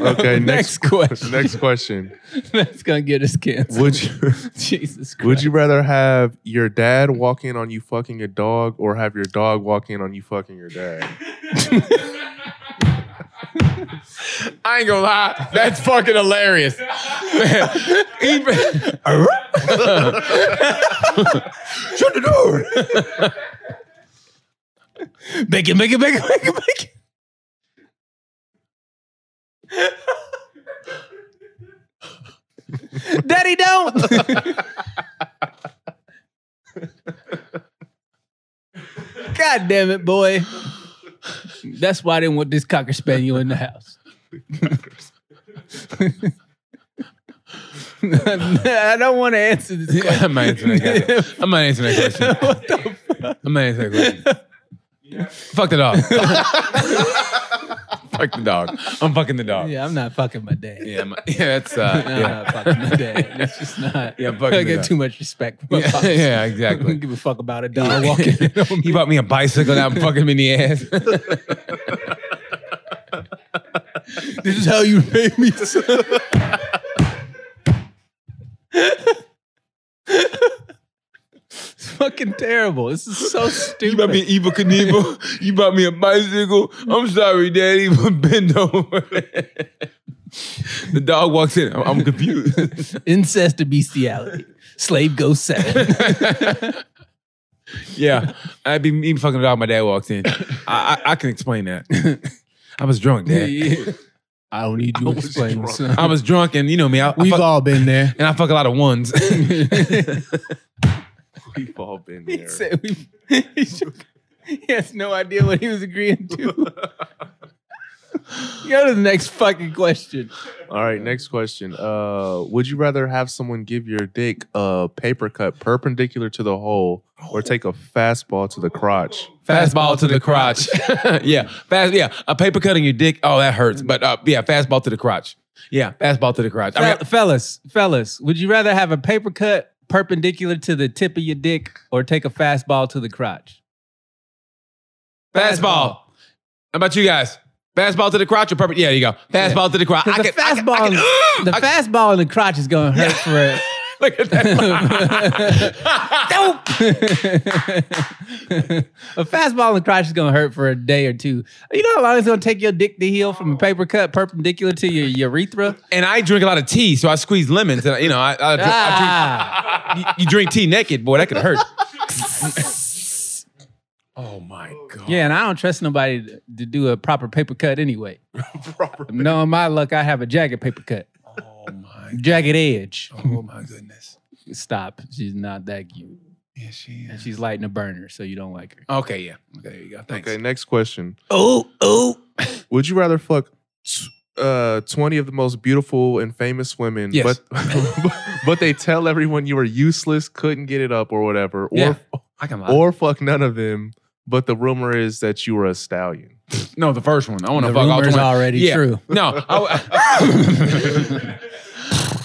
[SPEAKER 4] Okay,
[SPEAKER 5] (laughs) Next
[SPEAKER 4] next,
[SPEAKER 5] question.
[SPEAKER 4] (laughs) Next question.
[SPEAKER 5] that's gonna get us canceled.
[SPEAKER 4] Would you (laughs)
[SPEAKER 5] Jesus Christ!
[SPEAKER 4] would you rather have your dad walk in on you fucking a dog or have your dog walk in on you fucking your dad? (laughs)
[SPEAKER 2] I ain't gonna lie, that's fucking hilarious. Man, even- Shut the door.
[SPEAKER 5] make it, make it, make it, make it, make it. Daddy, don't. God damn it, boy! That's why I didn't want this cocker spaniel in the house. (laughs) I don't want to answer this
[SPEAKER 2] (laughs)
[SPEAKER 5] question.
[SPEAKER 2] I'm not answering that question. (laughs) I'm not answering that question.
[SPEAKER 5] what the fuck?
[SPEAKER 2] I'm not answering that question. Fuck the dog. (laughs) Fuck the dog. I'm fucking the dog. Yeah,
[SPEAKER 5] Yeah, I'm not fucking my dad.
[SPEAKER 2] yeah, I'm- yeah, that's uh, (laughs)
[SPEAKER 5] I'm
[SPEAKER 2] yeah.
[SPEAKER 5] not (laughs) fucking my dad. It's just not.
[SPEAKER 2] Yeah, I'm fucking my
[SPEAKER 5] I got
[SPEAKER 2] dad.
[SPEAKER 5] too much respect for my
[SPEAKER 2] Yeah,
[SPEAKER 5] pops.
[SPEAKER 2] yeah,
[SPEAKER 5] (laughs) I don't
[SPEAKER 2] exactly.
[SPEAKER 5] give a fuck about a
[SPEAKER 2] (laughs)
[SPEAKER 5] dog walking. in on me.
[SPEAKER 2] He bought me a bicycle now I'm fucking him in the ass.
[SPEAKER 5] This is how you pay
[SPEAKER 2] (laughs)
[SPEAKER 5] me. son. it's fucking terrible. This is so
[SPEAKER 2] You bought
[SPEAKER 5] stupid.
[SPEAKER 2] me an evil Knievel. You bought me a bicycle. I'm sorry, Daddy, (laughs) but bend over. the dog walks in. I'm, I'm confused. (laughs)
[SPEAKER 5] Incest to bestiality. Slave goes seven.
[SPEAKER 2] yeah, I'd be even fucking the dog. My dad walks in. I, I, I can explain that. (laughs) I was drunk, Dad.
[SPEAKER 5] (laughs) I don't need you to explain. son.
[SPEAKER 2] I was drunk, and you know me. I, I
[SPEAKER 6] We've
[SPEAKER 2] fuck-
[SPEAKER 6] all been there.
[SPEAKER 2] and I fuck a lot of ones.
[SPEAKER 5] (laughs)
[SPEAKER 2] (laughs)
[SPEAKER 4] We've all been
[SPEAKER 5] He
[SPEAKER 4] there.
[SPEAKER 5] said we. (laughs)
[SPEAKER 2] (laughs)
[SPEAKER 5] he shook- he has no idea what he was agreeing to. Go to the next fucking question.
[SPEAKER 4] All right, next question. Uh, would you rather have someone give your dick a paper cut perpendicular to the hole
[SPEAKER 5] Oh.
[SPEAKER 4] or take a fastball to the crotch?
[SPEAKER 2] Fastball to the crotch. (laughs) yeah. Fast yeah. A paper cut on your dick. Oh, that hurts. But uh, yeah, fastball to the crotch. Yeah, fastball to the crotch. I
[SPEAKER 5] Fe-
[SPEAKER 2] mean,
[SPEAKER 5] fellas, fellas, would you rather have a paper cut perpendicular to the tip of your dick or take a fastball to the crotch?
[SPEAKER 2] fastball. How about you guys? Fastball to the crotch or purple? Yeah, there you go. Fastball to the crotch.
[SPEAKER 5] 'Cause
[SPEAKER 2] I
[SPEAKER 5] the
[SPEAKER 2] can, I can-
[SPEAKER 5] fastball,
[SPEAKER 2] I can- (gasps)
[SPEAKER 5] the
[SPEAKER 2] I-
[SPEAKER 5] fastball in the crotch is gonna hurt
[SPEAKER 2] (laughs)
[SPEAKER 5] for it.
[SPEAKER 2] Look at that.
[SPEAKER 5] (laughs) Dope. a fastball in the crotch is gonna hurt for a day or two. You know how long it's gonna take your dick to heal from a paper cut perpendicular to your urethra?
[SPEAKER 2] and I drink a lot of tea, so I squeeze lemons. And, I- you know, I, I, I
[SPEAKER 5] Ah,
[SPEAKER 2] drink, you, you drink tea naked, boy, that could
[SPEAKER 5] (laughs)
[SPEAKER 2] hurt. oh my god.
[SPEAKER 5] yeah, and I don't trust nobody to- to do a proper paper
[SPEAKER 2] (laughs)
[SPEAKER 5] cut anyway.
[SPEAKER 4] Proper.
[SPEAKER 5] Knowing my luck, I have a jagged paper cut,
[SPEAKER 2] Oh my.
[SPEAKER 5] jagged edge.
[SPEAKER 2] Oh my goodness.
[SPEAKER 5] Stop. She's not that cute.
[SPEAKER 2] Yeah, she
[SPEAKER 5] And
[SPEAKER 2] is.
[SPEAKER 5] she's lighting a burner, so you don't like her.
[SPEAKER 2] Okay, yeah. Okay, there you go. Thanks.
[SPEAKER 4] Okay, next question.
[SPEAKER 2] Oh, oh.
[SPEAKER 4] Would you rather fuck t- uh, 20 of the most beautiful and famous women,
[SPEAKER 2] Yes.
[SPEAKER 4] but (laughs) but they tell everyone you were useless, couldn't get it up, or whatever, or,
[SPEAKER 2] Yeah. I can lie.
[SPEAKER 4] or fuck none of them, but the rumor is that you were a stallion?
[SPEAKER 2] no, the first one. I want to
[SPEAKER 5] The
[SPEAKER 2] fuck all
[SPEAKER 5] rumor's
[SPEAKER 2] 20.
[SPEAKER 5] already
[SPEAKER 2] Yeah.
[SPEAKER 5] true.
[SPEAKER 2] No, I
[SPEAKER 5] (laughs)
[SPEAKER 2] w-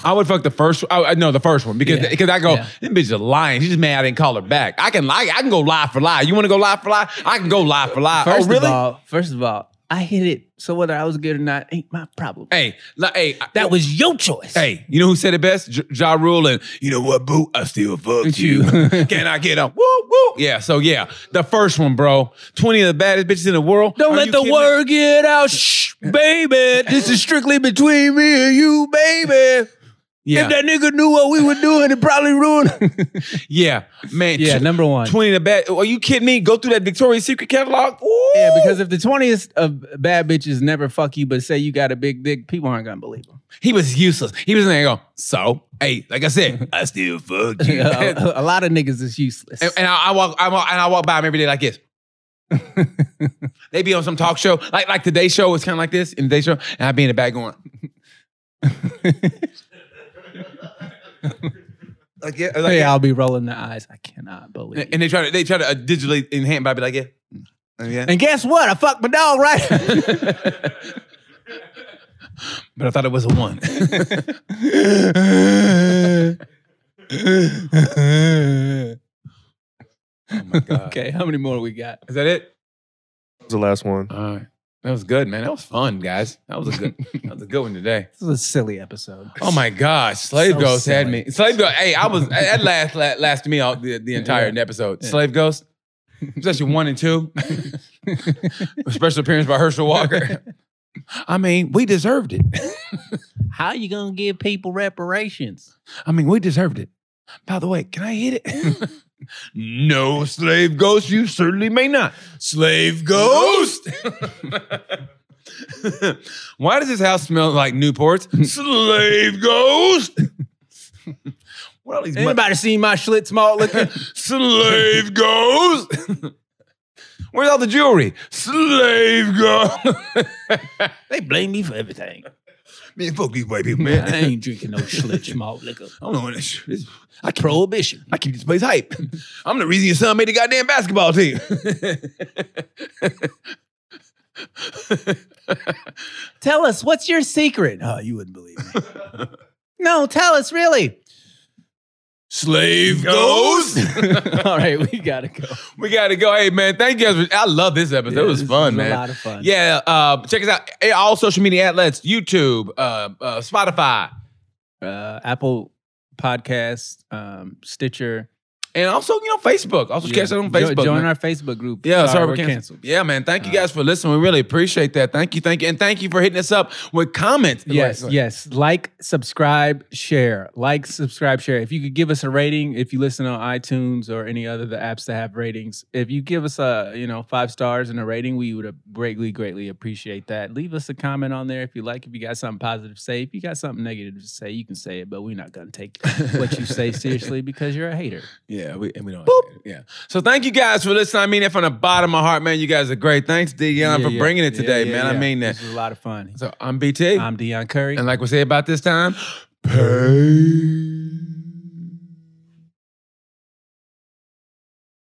[SPEAKER 2] I would fuck the first. I, I- no, the first one because
[SPEAKER 5] Yeah.
[SPEAKER 2] because I go
[SPEAKER 5] Yeah.
[SPEAKER 2] this bitch is a lying. She's just mad I didn't call her back. I can lie. I can go lie for lie. You want to go lie for lie? I can go lie for lie.
[SPEAKER 5] First
[SPEAKER 2] oh really?
[SPEAKER 5] of all, first of all, I hit it. So whether I was good or not ain't my problem.
[SPEAKER 2] hey, li- hey, I-
[SPEAKER 5] That was your choice.
[SPEAKER 2] hey. You know who said it best? J- ja Rule and you know what, boo? I still fucked you. (laughs) can I get a woo woo? Yeah. So yeah, the first one, bro. Twenty of the baddest bitches in the world.
[SPEAKER 5] Don't
[SPEAKER 2] Are
[SPEAKER 5] let
[SPEAKER 2] you
[SPEAKER 5] the
[SPEAKER 2] kidding me?
[SPEAKER 5] word get out, shh, baby. This is strictly between me and you, baby. If
[SPEAKER 2] Yeah,
[SPEAKER 5] that nigga knew what we were doing, it probably ruined.
[SPEAKER 2] (laughs) yeah, man.
[SPEAKER 5] yeah,
[SPEAKER 2] tw-
[SPEAKER 5] number one.
[SPEAKER 2] Twenty of the bad. Are you kidding me? Go through that Victoria's Secret catalog. Ooh.
[SPEAKER 5] Yeah, because if the twentieth of bad bitches never fuck you, but say you got a big dick, people aren't gonna believe them.
[SPEAKER 2] He was useless. He was in there going, so, hey, like I said, I still fuck
[SPEAKER 5] (laughs)
[SPEAKER 2] you. and,
[SPEAKER 5] Uh, a, a lot of niggas is useless.
[SPEAKER 2] and I, I walk, I walk, and I walk by him every day like
[SPEAKER 5] (laughs)
[SPEAKER 2] this. they be on some talk show, like like Today Show was kind of like this in Today Show, and I be in the back
[SPEAKER 5] (laughs)
[SPEAKER 2] going, like yeah, like,
[SPEAKER 5] yeah, I'll be rolling the eyes. I cannot believe.
[SPEAKER 2] And,
[SPEAKER 5] it.
[SPEAKER 2] and they try to they try to uh, digitally enhance, but I be like yeah, And yeah.
[SPEAKER 5] And guess what? I fucked my dog right.
[SPEAKER 2] (laughs) But I thought it was a
[SPEAKER 5] (laughs)
[SPEAKER 2] one. oh (laughs) my god.
[SPEAKER 5] okay, how many more we got?
[SPEAKER 2] Is that it?
[SPEAKER 4] That was the last one.
[SPEAKER 2] All right. That was good, man. That was fun, guys. That was a good. that was a good one today.
[SPEAKER 5] This is a silly episode.
[SPEAKER 2] Oh my (laughs) gosh, Slave
[SPEAKER 5] So
[SPEAKER 2] Ghost had
[SPEAKER 5] silly.
[SPEAKER 2] me. Slave Ghost. Hey, I was that last la- lasted me all the, the entire episode. Slave Ghost, especially one and (laughs) two. A Special appearance by Herschel (laughs) Walker. I mean, we deserved it.
[SPEAKER 5] How you gonna give people reparations?
[SPEAKER 2] I mean, we deserved it. By the way, can I hit (laughs) it? no, Slave Ghost, you certainly may not. Slave Ghost. (laughs) Why does this house smell like (laughs) Newport's? Slave (laughs) Ghost. what are these? mu-
[SPEAKER 5] Anybody seen my Schlitz malt liquor?
[SPEAKER 2] Slave Ghost. (laughs) Where's all the jewelry? Slave Ghost. (laughs)
[SPEAKER 5] they blame me for everything.
[SPEAKER 2] man, fuck these white people, (laughs)
[SPEAKER 5] I ain't drinking no Schlitz malt liquor.
[SPEAKER 2] I don't know what this. this-
[SPEAKER 5] I prohibition.
[SPEAKER 2] I keep this place hype. (laughs) I'm the reason your son made the goddamn basketball team. (laughs)
[SPEAKER 5] Tell us, what's your secret? Oh, you wouldn't believe me. no, tell us, really.
[SPEAKER 2] Slave Ghost.
[SPEAKER 5] (laughs) All right, we gotta go.
[SPEAKER 2] (laughs) we gotta go. Hey man, thank you guys. For, I love this episode. it was
[SPEAKER 5] This
[SPEAKER 2] fun,
[SPEAKER 5] is
[SPEAKER 2] man.
[SPEAKER 5] A lot of fun.
[SPEAKER 2] Yeah, uh, check us out. Eh, All social media outlets: YouTube, uh, uh, Spotify,
[SPEAKER 5] Uh, Apple Podcast, um, Stitcher.
[SPEAKER 2] and also you know Facebook. Also catch us on
[SPEAKER 5] Jo-
[SPEAKER 2] Facebook.
[SPEAKER 5] Join
[SPEAKER 2] man.
[SPEAKER 5] our Facebook group.
[SPEAKER 2] Yeah, sorry, we're canceled. Yeah, man. Thank you guys for listening. We really appreciate that. Thank you, thank you, and thank you for hitting us up with comments.
[SPEAKER 5] Yes,
[SPEAKER 2] Like-
[SPEAKER 5] yes. Like, subscribe, share. Like, subscribe, share. If you could give us a rating, if you listen on iTunes or any other of the apps that have ratings, if you give us a you know five stars and a rating, we would greatly, greatly appreciate that. Leave us a comment on there if you like. If you got something positive to say, if you
[SPEAKER 2] (laughs)
[SPEAKER 5] got something negative to say, you can say it, but we're not gonna take what you say seriously because you're a hater.
[SPEAKER 2] Yeah, Yeah, we and we don't. Yeah. So thank you guys for listening. I mean it from the bottom of my heart, man. You guys are great. Thanks, Dion, for bringing it today, man. I mean that.
[SPEAKER 1] This was a lot of fun.
[SPEAKER 2] So I'm BT,
[SPEAKER 1] I'm Deion Curry.
[SPEAKER 2] and like we say about this time,
[SPEAKER 7] Hey.